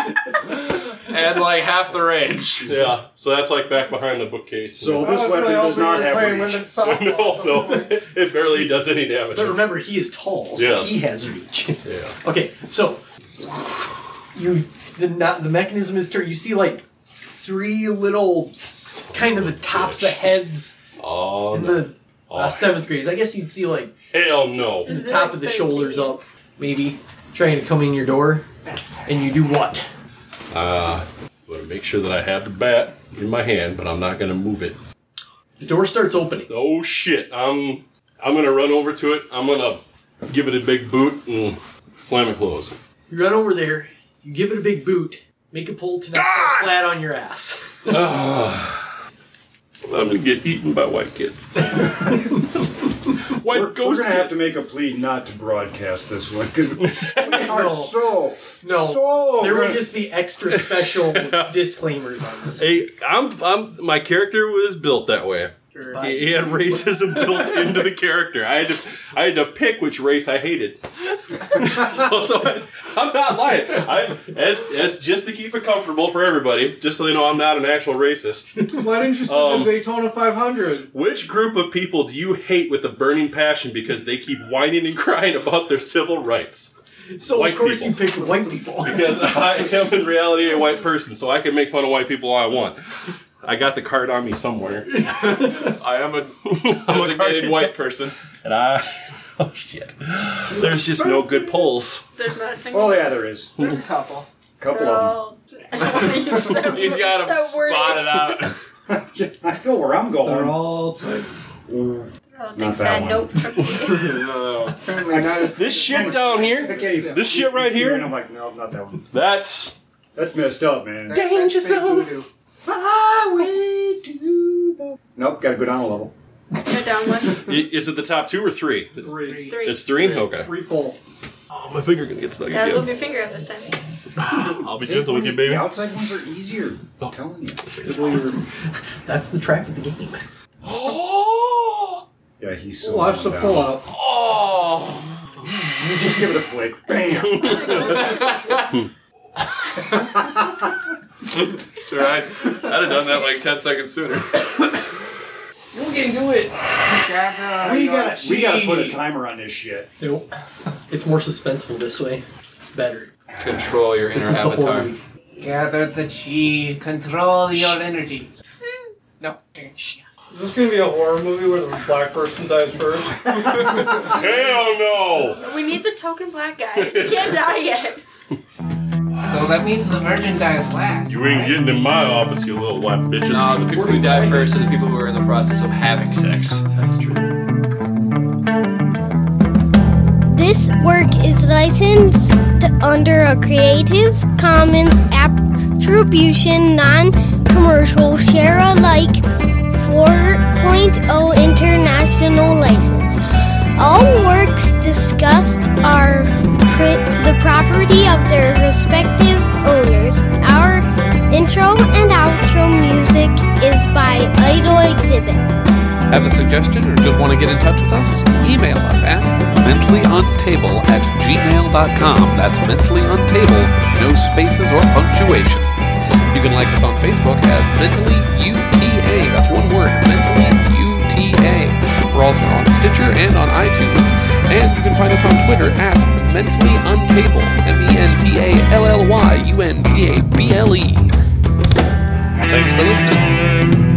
S4: And like half the range.
S9: Yeah, so that's like back behind the bookcase.
S6: So this weapon does not have reach.
S9: no, no, it barely does any damage.
S3: But remember, he is tall, so
S9: Yes.
S3: he has reach.
S9: Yeah.
S3: okay, so you the not, the mechanism is turned. You see like three little kind of the tops of heads
S9: Oh
S3: in
S9: no.
S3: the uh, seventh graders. I guess you'd see like
S9: hell no!
S3: the top of the shoulders up, maybe trying to come in your door, and you do what?
S9: Uh, want to make sure that I have the bat in my hand, but I'm not gonna move it.
S3: The door starts opening.
S9: Oh shit! I'm I'm gonna run over to it. I'm gonna give it a big boot and slam it closed.
S3: You run over there, you give it a big boot, make a pull to knock it flat on your ass.
S9: I'm gonna get eaten by white kids. white
S6: We're, we're
S9: ghost
S6: going to have to
S9: kids.
S6: make a plea not to broadcast this one because we are
S3: No.
S6: so
S3: No,
S6: so
S3: there would
S6: good.
S3: just be extra special disclaimers on this.
S9: Hey, I'm, I'm, my character was built that way. He he had racism built into the character. I had to, I had to pick which race I hated. so, so I, am not lying. I, as, as just to keep it comfortable for everybody, just so they know I'm not an actual racist.
S8: Why didn't you send
S9: Um,
S8: the Daytona 500?
S9: Which group of people do you hate with a burning passion because they keep whining and crying about their civil rights?
S16: So
S9: white people.
S16: picked white people.
S9: because I am in reality a white person, so I can make fun of white people all I want. I got the card on me somewhere.
S4: I am a designated white person.
S9: And I. Oh shit. There's just no good polls.
S10: There's not a single.
S9: Oh yeah, there is.
S8: There's a couple.
S9: Couple
S4: He's got him
S10: That word-
S4: spotted out.
S6: I know where I'm going.
S4: They're
S6: all
S10: Big fat nope from
S9: This shit down here. This shit right here.
S6: And I'm like, no, not that one.
S9: That's
S6: that's messed up, man.
S13: Danger zone. Highway to the.
S9: Nope, gotta go down a level.
S10: Go down one.
S9: Is it the top two or three?
S10: Three.
S9: It's three. Okay.
S8: Three pull.
S9: Oh, my finger gonna get stuck
S10: Yeah, move
S9: again.
S10: your finger up this time.
S9: I'll be gentle with you, baby.
S6: The outside ones are easier. I'm telling you.
S3: That's the track of the game.
S6: Yeah, he's so.
S3: Watch the pull up.
S4: Oh.
S6: You just give it a flick. Bam.
S4: It's alright. I'd have done that like 10 seconds sooner.
S8: We can do it.
S6: we got we got to put a timer on this shit.
S3: Nope. It's more suspenseful this way. It's better.
S4: Control your
S3: This is the whole
S4: avatar.
S3: league.
S13: Gather the chi. Control your energy.
S8: No. Is this gonna be a horror movie where the black person dies first?
S9: Hell no!
S10: We need the token black guy. He can't die yet.
S13: So that means the virgin dies last.
S9: You ain't getting in my office, you little white bitches.
S4: No, the people who die first are the people who are in the process of having sex. That's true.
S2: This work is licensed under a Creative Commons Attribution Non Commercial Share Alike 4.0 International License. All works discussed are pri- the property of their respective owners. Our intro and outro music is by Idol Exhibit.
S1: Have a suggestion or just want to get in touch with us? Email us at mentallyuntable at gmail.com. That's mentallyuntable, no spaces or punctuation. You can like us on Facebook as Mentally UTA. That's one word, Mentally UTA. We're also on Stitcher and on iTunes. And you can find us on Twitter at E mentallyuntable, M-E-N-T-A-L-L-Y-U-N-T-A-B-L-E. Thanks for E. listening.